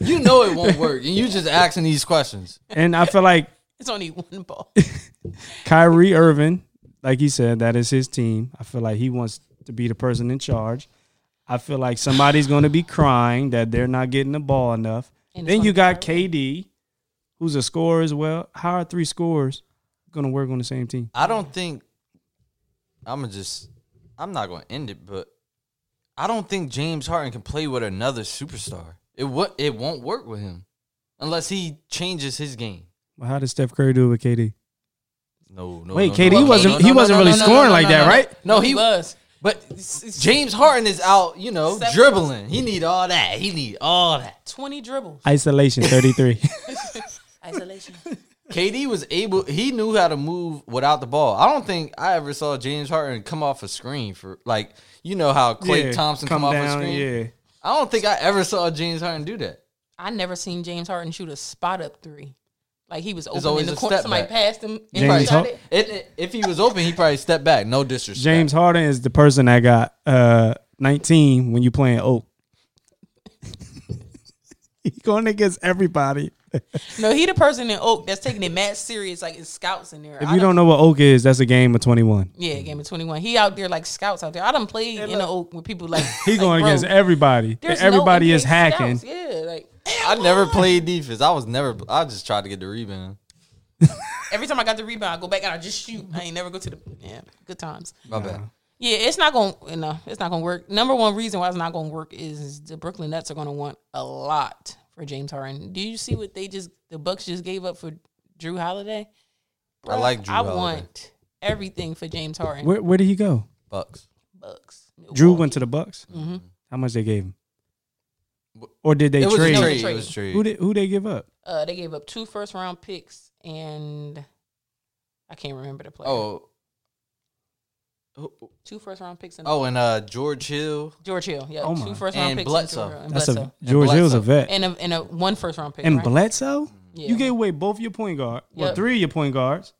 You know it won't work, and you just asking these questions.
And I feel like
It's only one ball.
Kyrie Irving, like he said, that is his team. I feel like he wants to be the person in charge. I feel like somebody's going to be crying that they're not getting the ball enough.
And it's
then you
gonna
got KD, who's a scorer as well. How are three scorers going to work on the same team?
I don't think I'm gonna just. I'm not gonna end it, but I don't think James Harden can play with another superstar. It what it won't work with him unless he changes his game.
Well, how did Steph Curry do with KD?
No, no.
Wait,
no,
KD
no,
He
no,
wasn't-
no,
he
no,
wasn't
no,
really
no, no,
scoring
no,
like
no,
that,
no.
right?
No, he was.
was.
But James Harden is out, you know,
Seven-
dribbling. He need all that. He need all that.
Twenty dribbles.
Isolation 33.
Isolation.
KD was able. He knew how to move without the ball. I don't think I ever saw James Harden come off a screen for like you know how Clay
Yeah,
Thompson come, off a screen.
Yeah.
I don't think I ever saw James Harden do that.
I never seen James Harden shoot a spot up three. Like he was open in
always
the
a
corner.
step
Somebody
back.
passed him and
James
he shot
Har-
it.
It, it- if he was open, he probably stepped back. No disrespect.
James Harden is the person that got uh, 19 when you playing Oak. he going against everybody.
No, he the person in Oak that's taking it mad serious. Like it's scouts in there.
If you don't know what Oak is, that's a game of 21.
Yeah, game of twenty one. He out there like scouts out there. I done played in the Oak with people like
He
like,
going
bro,
against everybody.
there's no
everybody is
NBA
hacking.
Scouts. Yeah, like
I never played defense. I was never. I just tried to get the rebound.
every time I got the rebound, I go back and I just shoot. I ain't never go to the yeah. Good times.
My bad.
Yeah, it's not going. to No, it's not going to work. Number one reason why it's not going to work is the Brooklyn Nets are going to want a lot for James Harden. Do you see what they just the Bucks just gave up for Drew Holiday?
I like Drew.
I
Holiday.
want everything for James Harden.
Where, where did he go?
Bucks.
Bucks.
Drew went to the Bucks.
Mm-hmm.
How much they gave him? Or did they
it was
trade?
a
No,
trade.
trade.
It was a trade.
Who did who they give up?
Uh, they gave up two first round picks and I can't remember the player.
oh. Who-
two first round picks and
Oh, and uh, George Hill.
George Hill. Yeah,
Oh
two
my.
first round
And
picks
Bledsoe.
and George Hill and
That's
Bledsoe.
a George Hill's a
Bledsoe.
vet.
and a, and a one first round pick.
And
right?
Bledsoe,
Yeah.
you gave away both your point guard. Well,
Yep.
three of your point guards,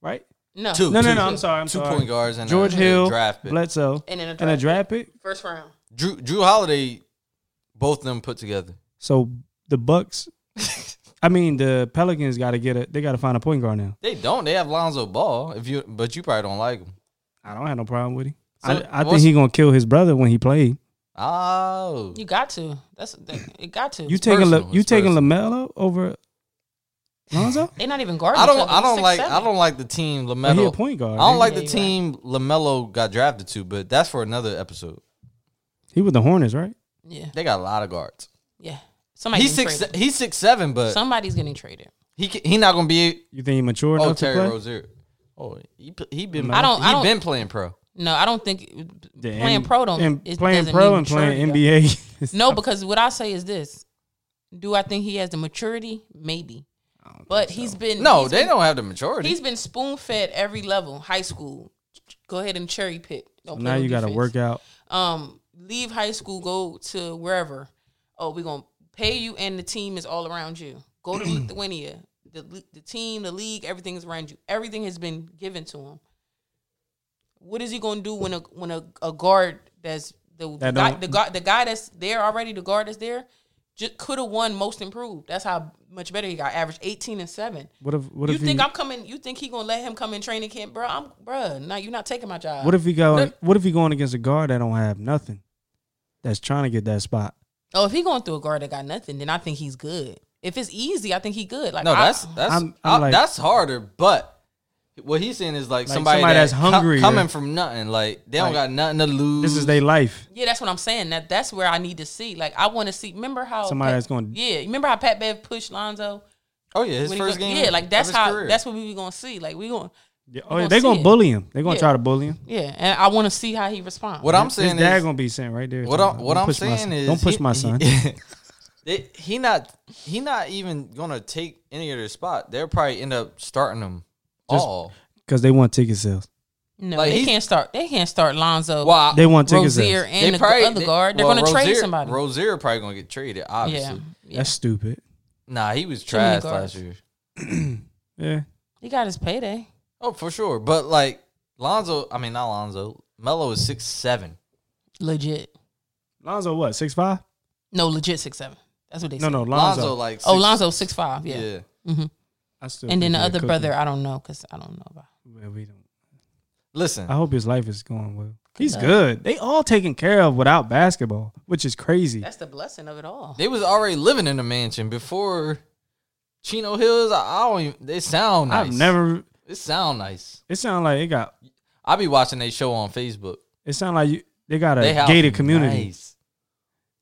right?
no
Two.
No, no,
two.
no. I'm sorry. I'm
two
sorry.
point guards and
George
a,
Hill,
a draft pick.
Bledsoe,
And then a
and a
draft
draft pick.
first round.
Drew Drew Holiday, both of them put together.
So the Bucks, I mean the Pelicans, got to get it. They got to find a point guard now.
They don't. They have Lonzo Ball. If you, but you probably don't like him.
I don't have no problem with him.
So,
I, I think
what's-
he gonna kill his brother when he played.
Oh,
You got to. That's that, it. Got to.
You taking
personal,
Le, you
it's
taking
personal.
Lamelo over Lonzo?
They're not even guarding.
I
each
don't.
other.
I
He's
don't
six,
like. I
seven.
don't like the team
Well, he a
Lamelo.
point guard.
I don't
eh?
like
Yeah,
the
you're
team Lamelo got drafted to, but that's for another episode.
He with the Hornets, right?
Yeah,
They got a lot of guards.
yeah. Somebody
he's
getting
six.
traded.
He's six seven, but
Somebody's getting traded.
he ca- he not gonna be.
You think he mature
Oh,
enough to
Terry
play?
Rozier. Oh, he p- he been.
I don't-
He
I don't-
been playing pro.
No, I don't think
The
playing
N-
pro don't
and
it
playing
doesn't
pro
mean
and playing
maturity,
NBA. is-
though. No, because what I say is this: Do I think he has the maturity? Maybe, but he's been
No,
he's
they
been-
don't have the majority.
He's been spoon fed every level. High school, go ahead and cherry pick. Don't play
now
no
you got to
defense.
work out.
um leave high school go to wherever oh we're gonna pay you and the team is all around you go to lithuania the, le- the team the league everything is around you everything has been given to him what is he gonna do when a when a, a guard that's the, the
That
guy,
don't-
the guy the guy that's there already the guard that's there just could have won most improved that's how much better he got average 18 and 7
What if what
you
if
think
he,
i'm coming you think he gonna let him come in training camp bro i'm bro no you're not taking my job
what if he go
Look-
what if he going against a guard that don't have nothing, that's trying to get that spot?
Oh, if he going through a guard that got nothing, then I think he's good. If it's easy, I think he good. Like
no,
I-
that's that's
I'm- I'm
I-
like-
that's harder. But what he's saying is like,
Like
somebody,
somebody
that's
that's hungrier.
coming from nothing. Like they don't got
Like,
nothing to lose.
This is their life.
yeah, that's what I'm saying. That that's where I need to see. Like I want to see. Remember how
Somebody
Pat-
that's gonna-
yeah. Remember how Pat Bev pushed Lonzo?
oh yeah, his
When he
first
go-
game.
Yeah, like
of
that's
his
how.
career.
That's what we were gonna see. Like we gonna
Yeah,
gonna
Oh, they're
see
gonna
it.
bully him. They're gonna
Yeah.
try to bully him.
yeah, and I want to see how he responds.
what I'm
His
saying
dad
is
gonna be sitting right there.
what
talking
I'm
about,
what
"Don't
I'm
push my
saying
son-
is
don't push
he-
my
he-
son.
They, he not he not even gonna take any of their spot. They'll probably end up starting them
Just-
all.
because they want ticket sales.
No,
Like,
they
he's-
can't start. They can't start Lonzo.
Well,
They want ticket
Rozier
sales.
they
and the other guard. They're
well,
going to trade
Rozier-
somebody.
Rozier probably gonna get traded.
yeah,
Obviously,
yeah.
That's stupid.
nah, he was
Too many
trash last
guards.
year.
Yeah,
he got his payday.
Oh, for sure. But like Lonzo, I mean not Lonzo. Melo is six seven.
Legit.
Lonzo what six five?
No, legit six seven. That's what they
No,
said.
no, Lonzo.
Lonzo, like
Oh,
six-
Lonzo six five. Yeah. hmm
I still
And then
think
the
they're
other
cooking.
brother, I don't know because I don't know about.
Man, we don't-
Listen,
I hope his life is going well. He's
luck.
good. They all taken care of without basketball, which is crazy.
That's the blessing of it all.
they was already living in a mansion before Chino Hills. I, I don't even. They sound nice.
I've never.
It sound nice.
It sound like it got.
I be watching they show on Facebook.
It sound like you. They got a
They house
gated community.
nice.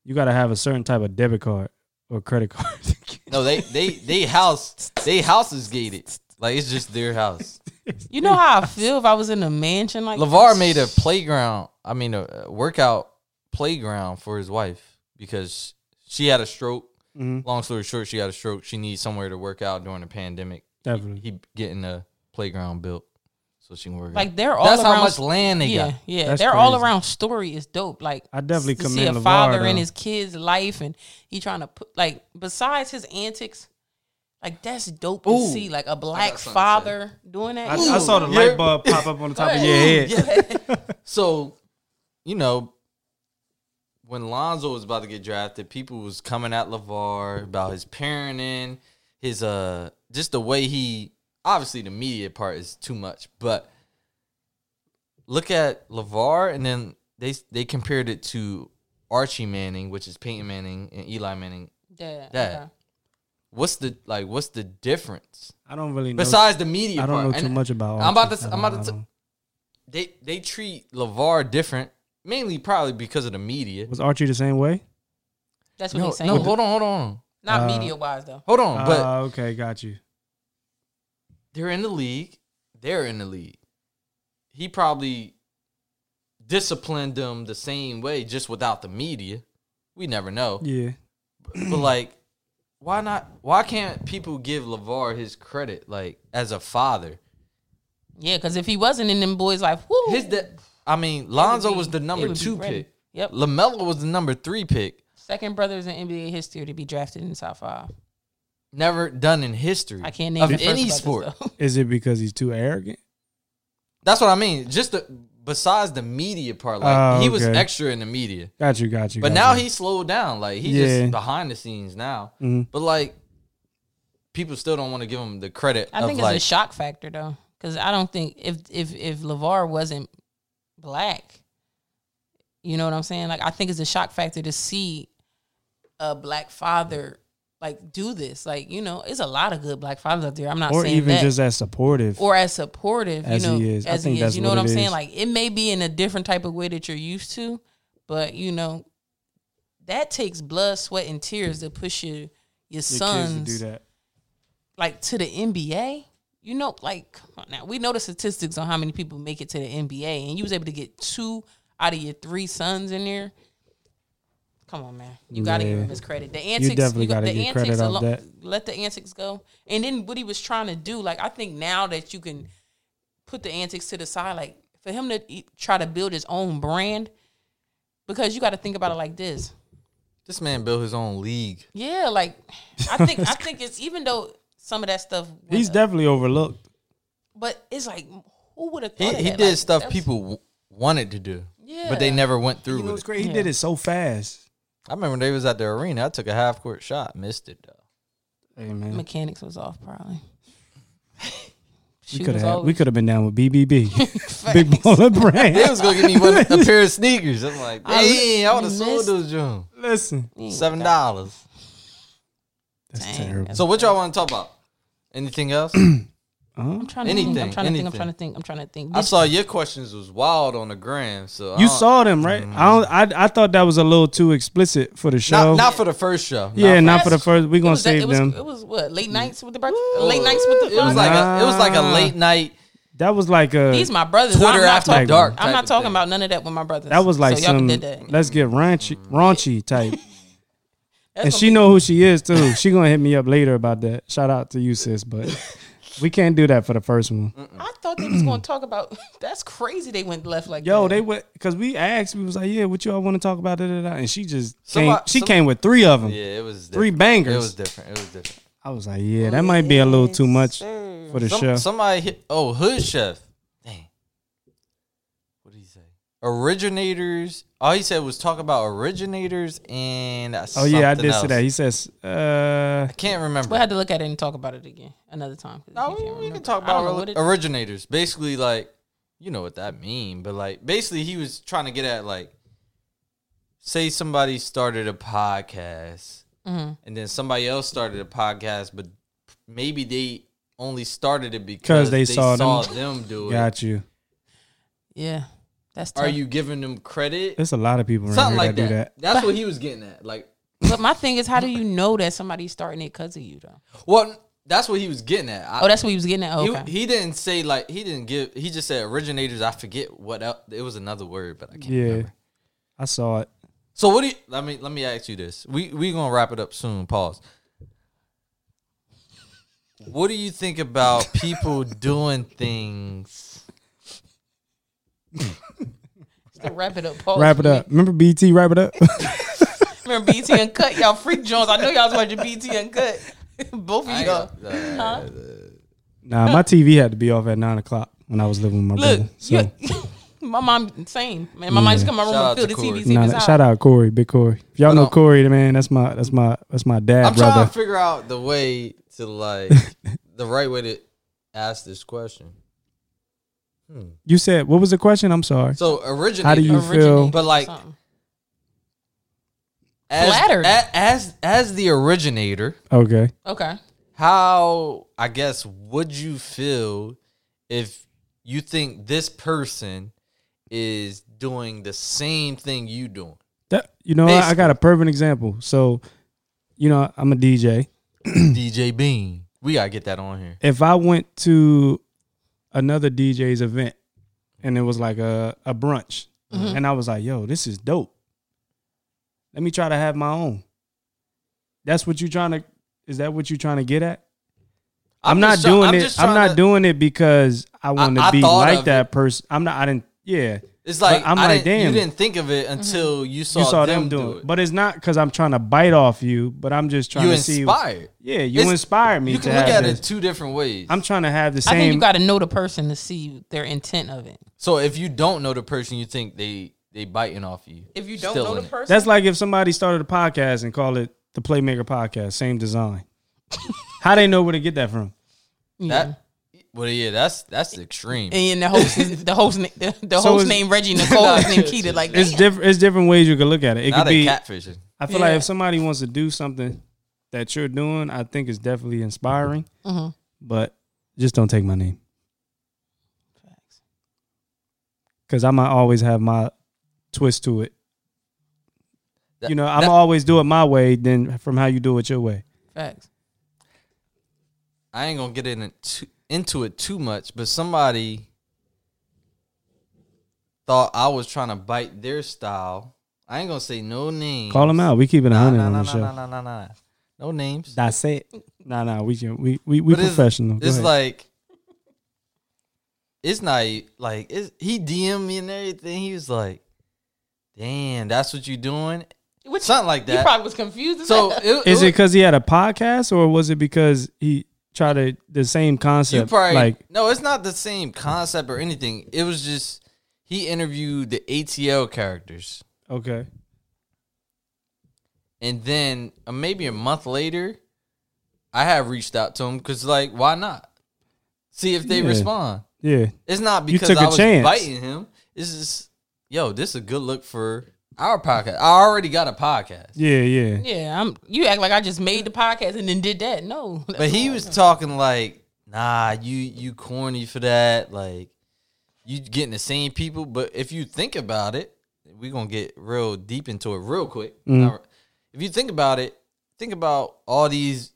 You got to have a certain type of debit card or credit card.
No, they they they house they house is gated. Like it's just their house.
You know how I feel if I was in a mansion like
Lavar
this?
made a playground. I mean, a a workout playground for his wife because she had a stroke.
Mhm.
Long story short, she had a stroke. She needs somewhere to work out during the pandemic.
Definitely.
He getting a playground built so she can work. out.
Like they're all
That's
around.
how much land they
yeah,
got.
yeah.
That's
their all
crazy.
around story is dope. Like
I definitely
to see a
commend LeVar,
father in
though.
his kid's life, and he trying to put like besides his antics, like that's dope
Ooh.
to see. Like a
I got
black
something to say.
father doing that.
I, I saw the light bulb pop up on the top of your head.
So, you know, when Lonzo was about to get drafted, people was coming at LeVar about his parenting, his uh just the way he obviously the media part is too much, but look at LeVar and then they they compared it to Archie Manning, which is Peyton Manning and Eli Manning.
Dad,
Dad.
yeah.
What's the like what's the difference?
I don't really know.
Besides the media
I don't
part.
know too
And
much about.
I'm about to
Archie. Um,
s- I'm
I don't-
about
I
to
don't-
they they treat LeVar different, mainly probably because of the media.
Was Archie the same way?
That's what
No,
he's saying.
no, hold on, hold on.
Not
Uh,
media wise though.
Hold on, but
Ah, okay, got you.
they're in the league. They're in the league. He probably disciplined them the same way, just without the media. We never know.
Yeah,
But like, why not? Why can't people give Levar his credit, like as a father?
Yeah, because if he wasn't in them boys' life, whoo,
His, de- I mean, Lonzo
be-
was the
it
number
would be
two
ready.
pick.
Yep.
Lamelo was the number three pick.
second brothers in NBA history to be drafted in the top five.
Never done in history.
I can't name
of
the first
any
brothers,
sport.
though.
is it because he's too arrogant?
That's what I mean. Just the besides the media part, like
Oh,
he was
okay.
extra in the media.
Got you, got you.
But
got
now
you.
he slowed down. Like he's
Yeah.
just behind the scenes now.
Mhm.
But like people still don't want to give him the credit.
I
of,
think it's
like,
a shock factor though, because I don't think if if if Levar wasn't black, you know what I'm saying. Like I think it's a shock factor to see a black father like do this. Like you know, it's a lot of good black fathers out there. I'm not
or
saying
even
that.
just as supportive.
or as supportive,
As
you know,
he is. I
as
think
he
that's
is. You know
what
what I'm
it
saying?
is.
Like it may be in a different type of way that you're used to, but you know, that takes blood, sweat, and tears to push your your,
your
sons
kids to do that.
like to the NBA. You know, like come on now, we know the statistics on how many people make it to the NBA, and you was able to get two out of your three sons in there. Come on, man, you got to give
Yeah.
him his credit. The antics,
definitely
got- the
gotta get credit
antics
off
alo-
that.
Let the antics go, and then what he was trying to do. Like I think now that you can put the antics to the side, like for him to e- try to build his own brand, because you got to think about it like this.
this man built his own league.
Yeah, like I think I think it's even though some of that stuff went
He's
up-
definitely overlooked.
but it's like, who would have
He,
thought? of
he
that?
did
Like,
stuff
that's-
people w- wanted to do, but they
Yeah.
never went through
You know
with
what's
it.
great? He
Yeah.
did it so fast.
I remember they was at the arena. I took a half court shot, missed it though.
Hey man,
Mechanics was off probably.
we
Shoe
could
was
have
always-
we could have been down with BBB, Big Baller
They
Brand.
was gonna give me one, a pair of sneakers. I'm like,
I-
dang, I would have
you
sold
missed-
those June.
Listen,
Mm,
Seven dollars.
that's
Dang,
terrible.
that's-
So what y'all want to talk about? Anything else?
Huh?
I'm trying to think.
Anything,
I'm trying to think. I'm
anything.
trying to think. I'm trying to think.
I
Did-
saw your questions was wild on the gram. So I
You
don't-
saw them, right? I don't. I, I thought that was a little too explicit for the
not,
show.
not for the first show. Not
yeah,
for-
not for the first. We're
it
gonna
was that-
save
it was,
them.
It was what late nights with the breakfast. Late nights with the.
It was like a, it was like a
Nah.
late night.
that was like a.
These my brothers. I'm
Twitter
not
after
talking-
dark type
I'm not
of
talking
thing.
about none of that with my brothers.
that was like
so y'all
some.
Mm.
did that.
Let's get raunchy, raunchy type. and she know who she is too. She gonna hit me up later about that. Shout out to you, sis. But we can't do that for the first one.
I thought they was gonna talk about. That's crazy. They went left like
Yo,
that.
they went because we asked. We was like, yeah, what y'all want to talk about? Da, da, da. And she just
Somebody-
came. She
some-
came with three of them.
Yeah, it was
Three
different.
bangers.
It was different. It was different.
I was like, yeah, that might be a little too much for the
Mm. Some-
show.
Somebody hit. Oh, Hood Chef. Dang. What did he say? Originators. All he said was talk about originators and.
oh yeah, I did
else.
see that. He says, uh,
I can't remember.
We had to look at it and talk about it again another time. 'cause
No, Oh,
you
we-
can't
we,
remember.
can talk
I don't
about
know
rel-
what it-
originators. Basically, like you know what that mean, but like basically, he was trying to get at like, say somebody started a podcast,
Mm-hmm.
and then somebody else started a podcast, but maybe they only started it because
they
they,
saw
saw,
them.
them do it.
got you.
Yeah, that's. Tough.
Are you giving them credit?
There's a lot of people around
Something
here
like
that,
that.
do that.
That's what he was getting at. Like,
But my thing is, how do you know that somebody's starting it because of you though?
well, that's what he was getting at. I-
Oh, that's what he was getting at.
He-
Okay.
He, didn't say like he didn't give. He just said originators. I forget what else. It was another word, but I can't
Yeah.
remember. Oh,
I saw it.
So what do you? Let me let me ask you this. We we gonna wrap it up soon. Pause. What do you think about people doing things?
to wrap it up. Pause
Wrap it up. Remember BT? Wrap it up.
Remember BT Uncut? Y'all freak Jones. I know y'all was watching BT Uncut. Both of
I ain't
y'all.
gonna-
Huh?
nah, my TV had to be off at nine o'clock when I was living with my
Look,
brother. So,
you- my mom same. Man, my mom used to come in my room
Shout
and
out
feel the
to
TV.
Corey.
See if
nah,
it's
shout out Corey, big Corey. If y'all
But,
know
um,
Corey, man, that's my that's my that's my dad
I'm trying
brother.
to figure out the way to like the right way to ask this question.
You said what was the question? I'm sorry.
So originators,
How do you
originate
feel?
But, like,
something.
as,
flattered.
a- as as the originator,
Okay.
Okay.
how I guess would you feel if you think this person is doing the same thing you doing?
That you know, what? I got
Basically.
a perfect example. So, you know, I'm a DJ.
DJ Bean. We gotta get that on here.
If I went to another DJ's event and it was like a, a brunch
Mm-hmm.
and I was like, yo, this is dope. Let me try to have my own. That's what you're trying to is that what you're trying to get at? I'm, not
just try-
doing it.
just
I'm
trying
not
to-
doing it because I want to
I
be
thought
like
of
that person. I'm not I didn't yeah.
It's like
But I'm
I
like,
didn't-
damn.
You didn't think of it
Mm-hmm.
until you saw,
you saw them,
do
doing it.
it.
But it's not because I'm trying to bite off you, but I'm just trying
you
to
inspired.
see. Yeah, you
It's-
inspired me
You
to
can look
have
at
this.
it two different ways.
I'm trying to have the
I think you
same.
got to know the person to see their intent of it.
so if you don't know the person, you think they they biting off you.
If you don't
Still
know
in
the
it.
person,
that's like if somebody started a podcast and called it the Playmaker Podcast, same design. How they know where to get that from?
That well, yeah, that's that's extreme.
and the host, the host, na- the, the
So
host
it's-
name Reggie Nicole is named Keita. Like
It's
damn.
different. It's different ways you could look at it. It
Now
could
they
be.
catfishing.
I feel like
Yeah.
if somebody wants to do something that you're doing, I think it's definitely inspiring.
Mm-hmm.
But just don't take my name because I might always have my twist to it.
That-
you know, I'm
that-
always do it my way than from how you do it your way.
Facts.
I ain't gonna get in too, into it too much, but somebody thought I was trying to bite their style. I ain't gonna say no names.
Call them out. We keep it a
Nah,
hundred
nah,
on
nah,
the show.
nah, nah, nah, nah, nah. No names.
That's it. Nah, nah. We can. We we we
But it's-
professional. Go
It's,
ahead.
like it's not e- like it's, he DM'd me and everything. He was like, "Damn, that's what you doing."
Which
Something like
You
that.
probably was confused. as
So
hell.
it,
is it
it,
because he had a podcast or was it because he tried to the same
you
concept?
probably
like
no? It's not the same concept or anything. It was just he interviewed the ATL characters.
okay,
And then uh, maybe a month later, I have reached out to him because, like, why not? See if they
Yeah.
respond.
yeah.
It's not
You
because
took a
I was
chance.
biting him. It's just, yo, this is a good look for our podcast. I already got a podcast.
Yeah, yeah.
yeah, I'm. You act like I just made the podcast and then did that. No,
But he was talking like, nah, you you corny for that. Like, you getting the same people. But if you think about it, we gonna get real deep into it real quick.
Mm-hmm.
Now, If you think about it, think about all these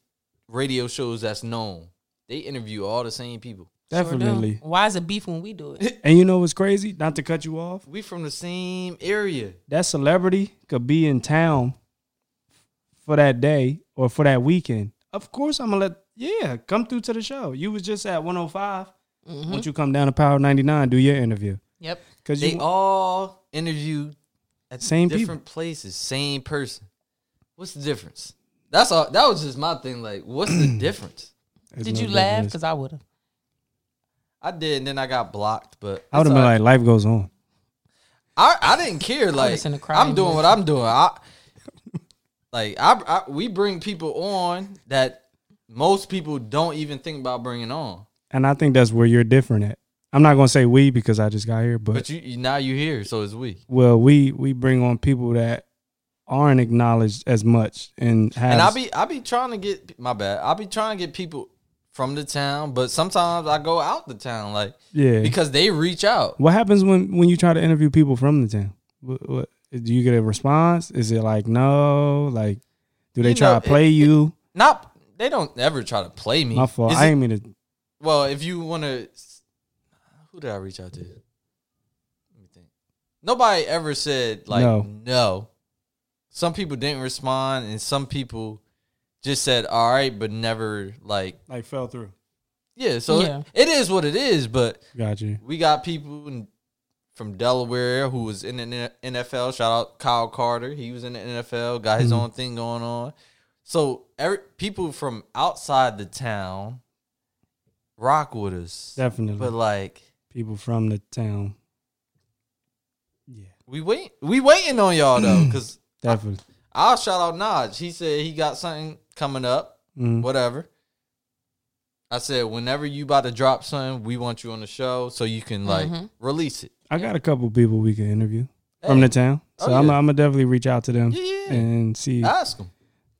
radio shows that's known. They interview all the same people.
Definitely.
Why is it beef when we do it?
And you know what's crazy? Not to cut you off.
We from the same area.
That celebrity could be in town for that day or for that weekend, of course I'm gonna let yeah come through to the show. You was just at 105.
Mm-hmm.
Once you come down to Power 99, do your interview
Yep.
because
They
you
all interview at
Same people.
different places, same person. What's the difference? That's all. That was just my thing. Like, what's the difference?
There's
Did
no
you laugh?
difference.
Because I would have.
I did, and then I got blocked. But
I would
it's
have been
all-
like, life goes on.
I, I didn't care. Like
listen to crying
I'm doing what I'm doing. I like I, I we bring people on that most people don't even think about bringing on.
And I think that's where you're different at. I'm not gonna say we because I just got here, but,
But you, you now you here, so it's we.
well, we we bring on people that aren't acknowledged as much and have.
And I be I be trying to get my bad. I be trying to get people from the town, but sometimes I go out the town, like
yeah.
because they reach out.
what happens when when you try to interview people from the town? What, what do you get a response? Is it like no? Like do they
You
try
know,
to play
it-
you?
Not they don't ever try to play me.
My fault.
Is
I
it-
ain't mean to.
Well, if you want to, who did I reach out to? Let me think. Nobody ever said like
No.
no. Some people didn't respond, and some people just said all right, but never like
Like fell through.
yeah. So
Yeah.
it is what it is. But
Got you.
we got people in, from Delaware who was in the N- NFL. Shout out Kyle Carter. He was in the NFL, got his own thing going on. So every, people from outside the town rock with us.
Definitely.
But like
people from the town. Yeah,
we wait we waiting on y'all though, because
definitely.
I'll shout out Naj. He said he got something coming up.
Mhm.
Whatever. I said, whenever you about to drop something, we want you on the show so you can like release it.
I got a couple people we can interview from the town, so
Oh,
I'm
yeah.
I'm gonna definitely reach out to them
Yeah, yeah.
and see.
Ask them.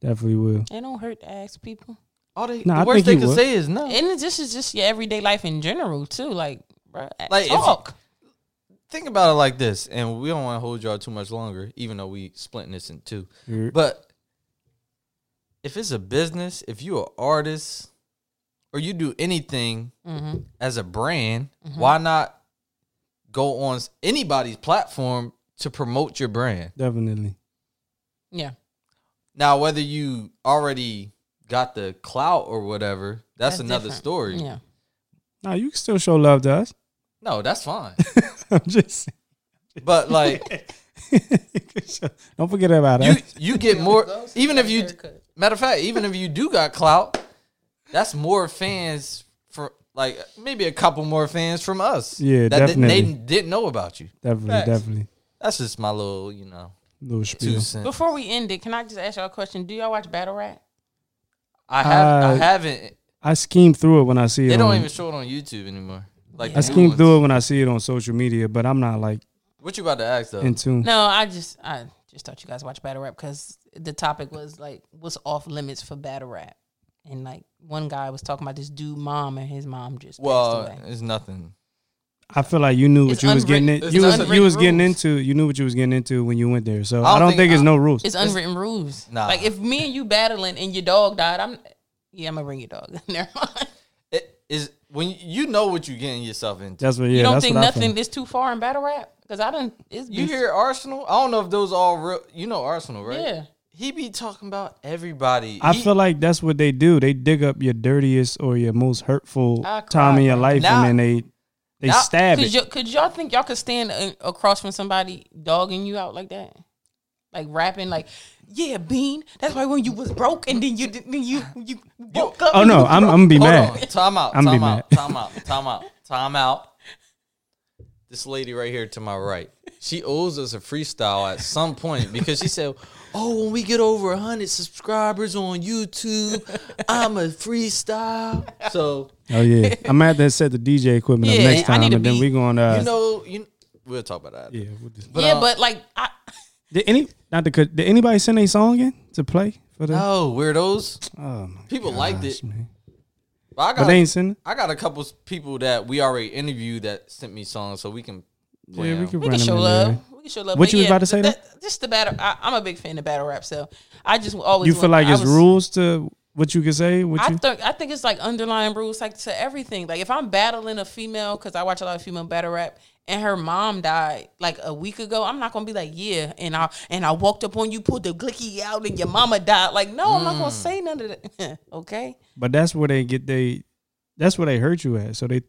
definitely will.
It don't hurt to ask people.
All they,
Nah,
the
I
worst
think
they
he
could
would.
say is no.
Oh. And it- this is just your everyday life in general too. Like, bruh,
Like, if-
talk.
Think about it like this, and we don't want to hold y'all too much longer, even though we splitting this in two.
You're-
But if it's a business, if you're an artist, or you do anything
Mm-hmm.
as a brand, why not go on s- anybody's platform to promote your brand?
Definitely.
yeah.
Now, whether you already got the clout or whatever, that's, another
different.
story.
Yeah.
No, you can still show love to us.
No, that's fine.
I'm just
but like
saying. You can show- Don't forget about
you
us.
you get more even if you matter of fact even if you do got clout that's more fans for like maybe a couple more fans from us
Yeah,
that didn't-
definitely.
they didn't know about you
Definitely,
Facts.
definitely.
that's just my little you know
Little
two
spiel.
cents
Before we end it, can I just ask y'all a question? Do y'all watch Battle Rat?
i have
Uh,
i haven't
I scheme through it when I see it.
they don't
on-
even show it on youtube anymore like
I
the new
scheme
ones.
through it when I see it on social media, but I'm not like
what you about to ask though
in tune.
No, I just I just thought you guys watch battle rap because the topic was like what's off limits for battle rap, and like one guy was talking about this dude mom and his mom just
well
passed away.
it's nothing
I feel like you knew what
It's
you was getting.
unwritten-
In,
it's
you was you
unwritten
was getting
rules.
into. You knew what you was getting into when you went there. So
I
I
don't
don't
think-
think it's
I-
no rules.
It's unwritten rules.
Nah.
Like if me and you battling and your dog died, I'm yeah I'm gonna bring your dog. Never mind.
it is when you know what you're getting yourself into
That's what. Yeah,
you don't
that's
think
what I
nothing
feel.
is too far in battle rap because I didn't. It's
You
been-
hear Arsenal? I don't know if those all real. You know Arsenal, right?
Yeah.
He be talking about everybody.
I
He-
feel like that's what they do. They dig up your dirtiest or your most hurtful
I cry,
time in your
bro.
life,
Nah.
and then they they
Nah.
stab
Could,
it.
y- could y'all think y'all could stand a- across from somebody dogging you out like that? Like rapping, like, yeah, Bean. That's why when you was broke and then you did- then you you woke up.
Oh
and you
no,
was
I'm I'm
broke.
gonna be
Hold
mad.
on. Time out.
I'm be
time out.
mad.
Time out. Time out. Time out. This lady right here to my right, she owes us a freestyle at some point because she said, "Oh, when we get over hundred subscribers on YouTube, I'm a freestyle." So
Oh yeah, I'm gonna have to set the DJ equipment
Yeah,
up next
I
time,
need a
and then
beat.
we going. Uh,
you know, you we'll talk about that.
yeah. We'll just,
But,
yeah,
uh,
but like, I,
did any not to cut- did anybody send a song in to play for the?
no weirdos.
Oh my
People liked
gosh,
it.
man.
But I got
But they ain't send. it?
I got a couple s- people that we already interviewed that sent me songs, so we can. play
Yeah, we
them.
can
we
run
can show
them in there.
love. We can show love.
What
But
you was
yeah,
about to say,
That, just the battle. I, I'm a big fan of battle rap, so I just always.
You feel
want-
like
I
it's
was-
rules to what you can say? What
I
you?
think I think it's like underlying rules like to everything. Like if I'm battling a female, because I watch a lot of female battle rap, and her mom died like a week ago, I'm not gonna be like, yeah, and I and I walked up on you, pulled the glicky out, and your mama died. Like, no, I'm
Mm.
not gonna say none of that. okay,
But that's where they get they. That's where they hurt you at. So they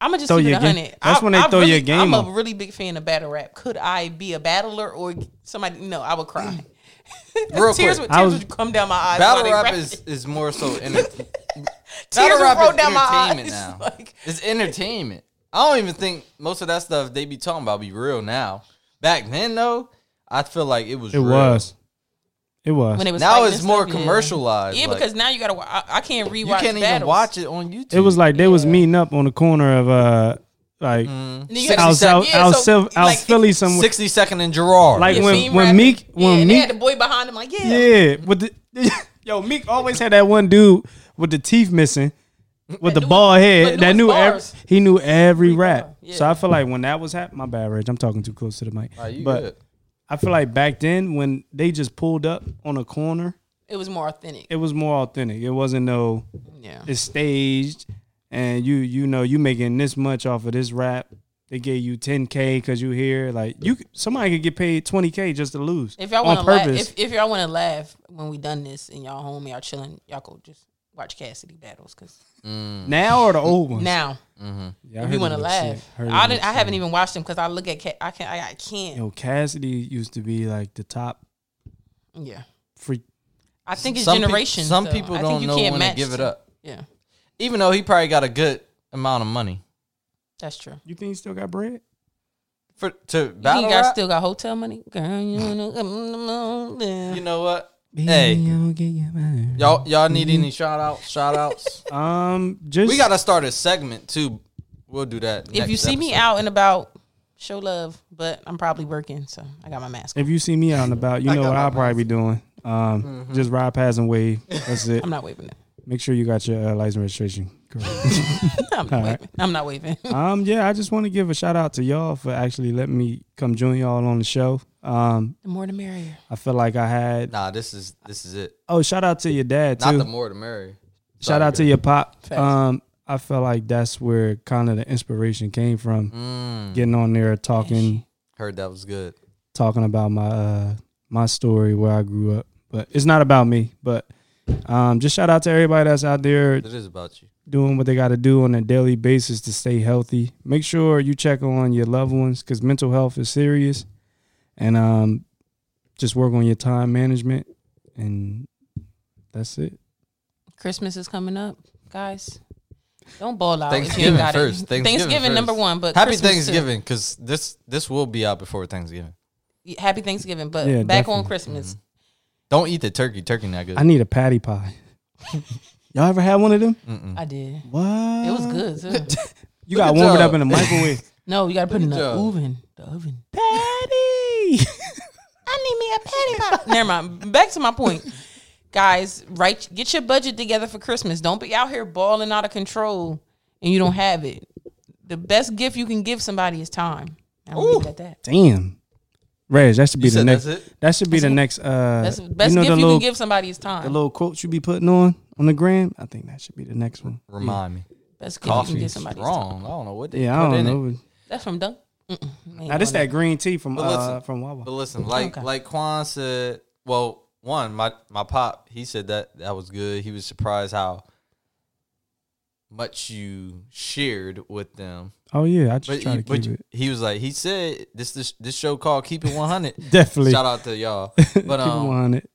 I'm gonna just
Throw
keep it
your
a
game-
hundred.
that's
I-
when they
I
throw your
really- I'm
game
a
off.
really big fan of battle rap. Could I be a battler or somebody? No, I would cry.
Real
tears
quick.
would, tears
I was-
would come down my eyes. while
Battle
they
rap
rapping.
is, is more so enter-
tears
battle
would
rap
roll
is
down my
entertainment
eyes.
now.
Like,
it's entertainment. I don't even think most of that stuff they be talking about be real now. Back then though, I feel like it was
it
real.
was. It was.
when it was
Now
fighting
it's
and
more
stuff, yeah.
commercialized.
Yeah,
like,
because now you gotta. wa- I, I can't rewatch.
you can't even
battles.
watch it on YouTube.
It was like they was meeting up on the corner of uh like
And you
Sixty
gotta-
out out
yeah,
out,
so,
Sil- out
like,
Philly somewhere.
sixty second in Gerard.
Like
yeah,
when-
Fiend
when
rapping.
Meek-
yeah,
when
and they
Meek-
had the boy behind him like yeah,
yeah, with the yo Meek always had that one dude with the teeth missing, with the
knew-
bald head
but
that
knew
knew
his
every,
bars.
he knew every rap.
bar,
So
yeah.
I feel like when that was happening, my bad, Reg. I'm talking too close to the mic.
Nah, you
but
good.
I feel like back then when they just pulled up on a corner,
It was more authentic.
it was more authentic. It wasn't no
yeah.
it's staged and you you know you making this much off of this rap they gave you 10k because you here like you could- somebody could get paid 20k just to lose
If y'all
on
want to laugh,
purpose
if, if y'all want to laugh when we done this and y'all home, y'all chilling, y'all go just watch Cassidy battles because
now or the old ones
now
yeah, I
if
heard
you want to
them
laugh,
shit. Heard
I
them
didn't, I
shit.
haven't even watched them because I look at Ca- I can I, I can't
yo cassidy used to be like the top
yeah.
freak
I think it's
Some peop-
generation.
some people don't know when to give it up.
Yeah,
even though he probably got a good amount of money
that's true.
you think he still got bread
for to
You
battle
think I
rap.
still got hotel money, girl. You know, mm, mm,
you
mm.
know what? Hey, y'all y'all need any shout out shout outs?
um just
we gotta start a segment too. We'll do that.
if you see me out and about, show love. But I'm probably working, so I got my mask. on.
if you see me out and about you know what i'll probably be doing um just ride past and wave that's it
Mm-hmm. I'm not waving it.
make sure you got your uh, license registration correct
I'm not waving. I'm not waving.
Um, yeah, I just want to give a shout out to y'all for actually letting me come join y'all on the show. Um,
the more the merrier.
I feel like I had
Nah, this is this is it.
oh, shout out to your dad
Not
too.
the more the merrier.
shout out to
you.
your pop. Um, I feel like that's where kind of the inspiration came from. Getting on there talking,
Heard that was good.
talking about my uh my story where I grew up, but it's not about me. But um, just shout out to everybody that's out there
It is about you.
doing what they got to do on a daily basis to stay healthy. Make sure you check on your loved ones because mental health is serious, and um, just work on your time management, and that's it.
Christmas is coming up, guys. Don't ball out. if you
Thanksgiving
ain't got
first.
It.
Thanksgiving, first.
number one, but
happy
Christmas too.
Thanksgiving because this this will be out before Thanksgiving.
Happy Thanksgiving, but
Yeah,
back on
definitely.
Christmas.
Don't eat the turkey. Turkey not good.
I need a patty pie. Y'all ever had one of them?
Mm-hmm.
I did.
What?
It was good too.
You got
Look at
warm it
y'all.
up in the microwave.
no, you got to put it in the
Good job.
oven. The oven.
patty.
I need me a patty pie. Never mind. Back to my point, guys. Right, get your budget together for Christmas. Don't be out here balling out of control and you don't have it. The best gift you can give somebody is time. I'm gonna leave it at that.
Damn. Reg, that should be
You
the
said
next.
that's it?
That should be the next. Uh,
That's the best
you know
gift
the
you
little
can give somebody is
the
time.
little quotes you be putting on on the gram. I think that should be the next one.
Remind me.
best gift you can
Coffee
give
is
somebody is time.
wrong. I don't know what they
Yeah,
put
I
in
don't
it.
know.
That's from Dunk. Mm-mm. I ain't
Now this
doing
that green tea from
But listen-
uh, from Wawa.
But listen, like
Okay.
like Quan said, well, one, my my pop, he said that that was good. He was surprised how much you shared with them.
Oh yeah, I just
But,
try
you-
to
but
keep it.
he was like, he said this this this show called Keep It One Hundred.
Definitely.
Shout out to y'all.
keep
But
it
um,
100.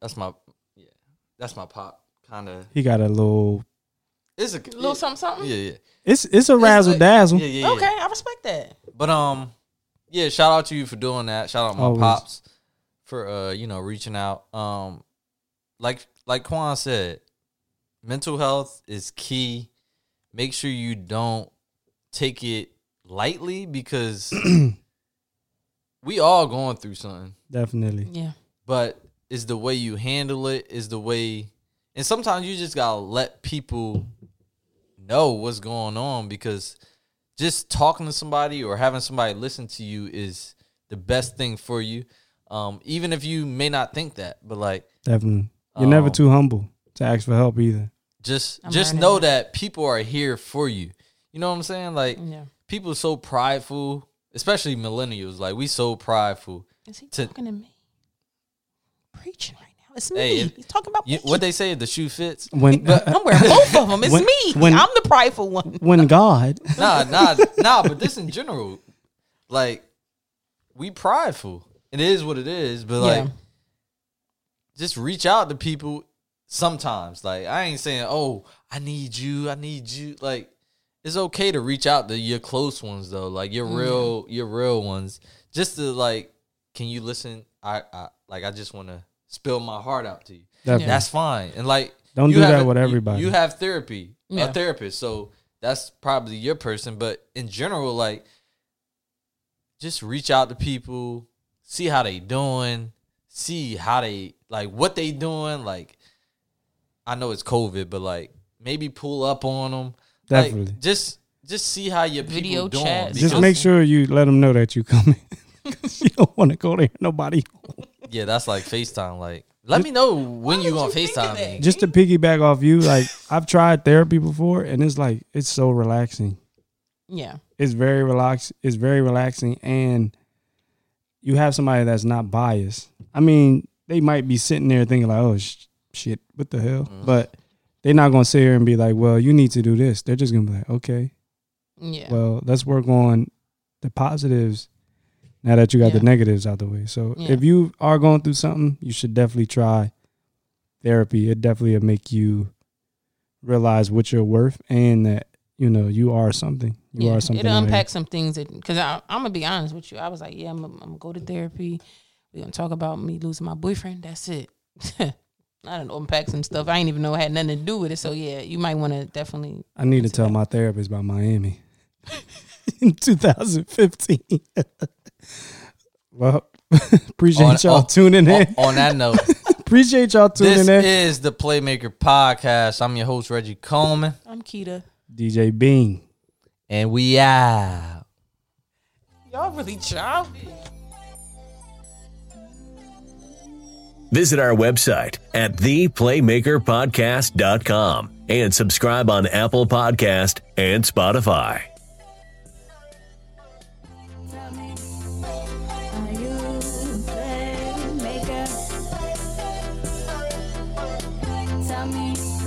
that's my yeah, that's my pop kind of.
He got a little.
It's a
A little something, something.
Yeah, yeah,
It's it's a razzle
like-
dazzle.
yeah, yeah.
Okay, I respect that.
But um, yeah, shout out to you for doing that. Shout out my
Always.
pops for uh, you know, reaching out. Um, like like Quan said, mental health is key. Make sure you don't take it lightly because we all going through something.
Definitely.
Yeah,
But it's the way you handle it, is the way and sometimes you just gotta let people know what's going on because just talking to somebody or having somebody listen to you is the best thing for you. Um, even if you may not think that, but like
Definitely. You're never
Um,
too humble to ask for help either.
just
I'm
just
learning
know that
that.
people are here for you. You know what I'm saying? Like
yeah.
people so prideful especially millennials. Like we so prideful.
Is he
To-
talking to me? Preaching right now. It's me.
Hey, if-
He's talking about
You,
preaching.
what they say, the shoe fits.
When
I'm wearing both of them. It's
When-
me.
when-
I'm the prideful one.
when God,
Nah, nah, nah. But this in general, like we prideful. It is what it is. But like,
Yeah.
just reach out to people sometimes. Like I ain't saying, oh, I need you, I need you. Like it's okay to reach out to your close ones though, like your real, your real ones, just to like, can you listen? I, I like I just want to spill my heart out to you.
Definitely.
That's fine. And like,
Don't
you
do
have
that
a-
with
you-
everybody.
You, have therapy,
Yeah.
a therapist, so that's probably your person. But in general, like, just reach out to people, see how they doing, see how they like what they doing. Like, I know it's COVID, but like maybe pull up on them.
Definitely.
Like, just just see how your
Video
people doing.
chats.
because-
just make sure you let them know that you coming. 'Cause you don't want to go there. Nobody.
yeah, that's like Facetime. Like, let me know when you
did
gonna
you think of
Facetime me.
that?
Just to piggyback off you, like I've tried therapy before, and it's like it's so relaxing.
Yeah.
It's very relax. It's very relaxing, and you have somebody that's not biased. I mean, they might be sitting there thinking like, "Oh sh- shit, what the hell?" But they're not gonna sit here and be like, "Well, you need to do this." They're just gonna be like, "Okay,
Yeah.
well, let's work on the positives now that you got
Yeah.
the negatives out the way. So
Yeah.
if you are going through something, you should definitely try therapy. It definitely will make you realize what you're worth and that, you know, you are something. You
yeah.
are something.
It'll
out here.
unpack some things that because I'm gonna be honest with you. I was like, yeah, I'm, I'm gonna go to therapy. We're gonna talk about me losing my boyfriend. That's it. I don't unpack some stuff. I ain't even know it had nothing to do with it. So yeah, you might want to definitely.
I need to tell my therapist about Miami in 2015. well, appreciate
On-
y'all
on-
tuning in.
on- on that note.
appreciate y'all tuning
This
in.
is the Playmaker Podcast. I'm your host, Reggie Coleman,
I'm Keita.
DJ Bean.
and we out.
Y'all really childish.
Visit our website at theplaymakerpodcast.com and subscribe on Apple Podcast and Spotify.
Tell me, are you the playmaker? Tell me.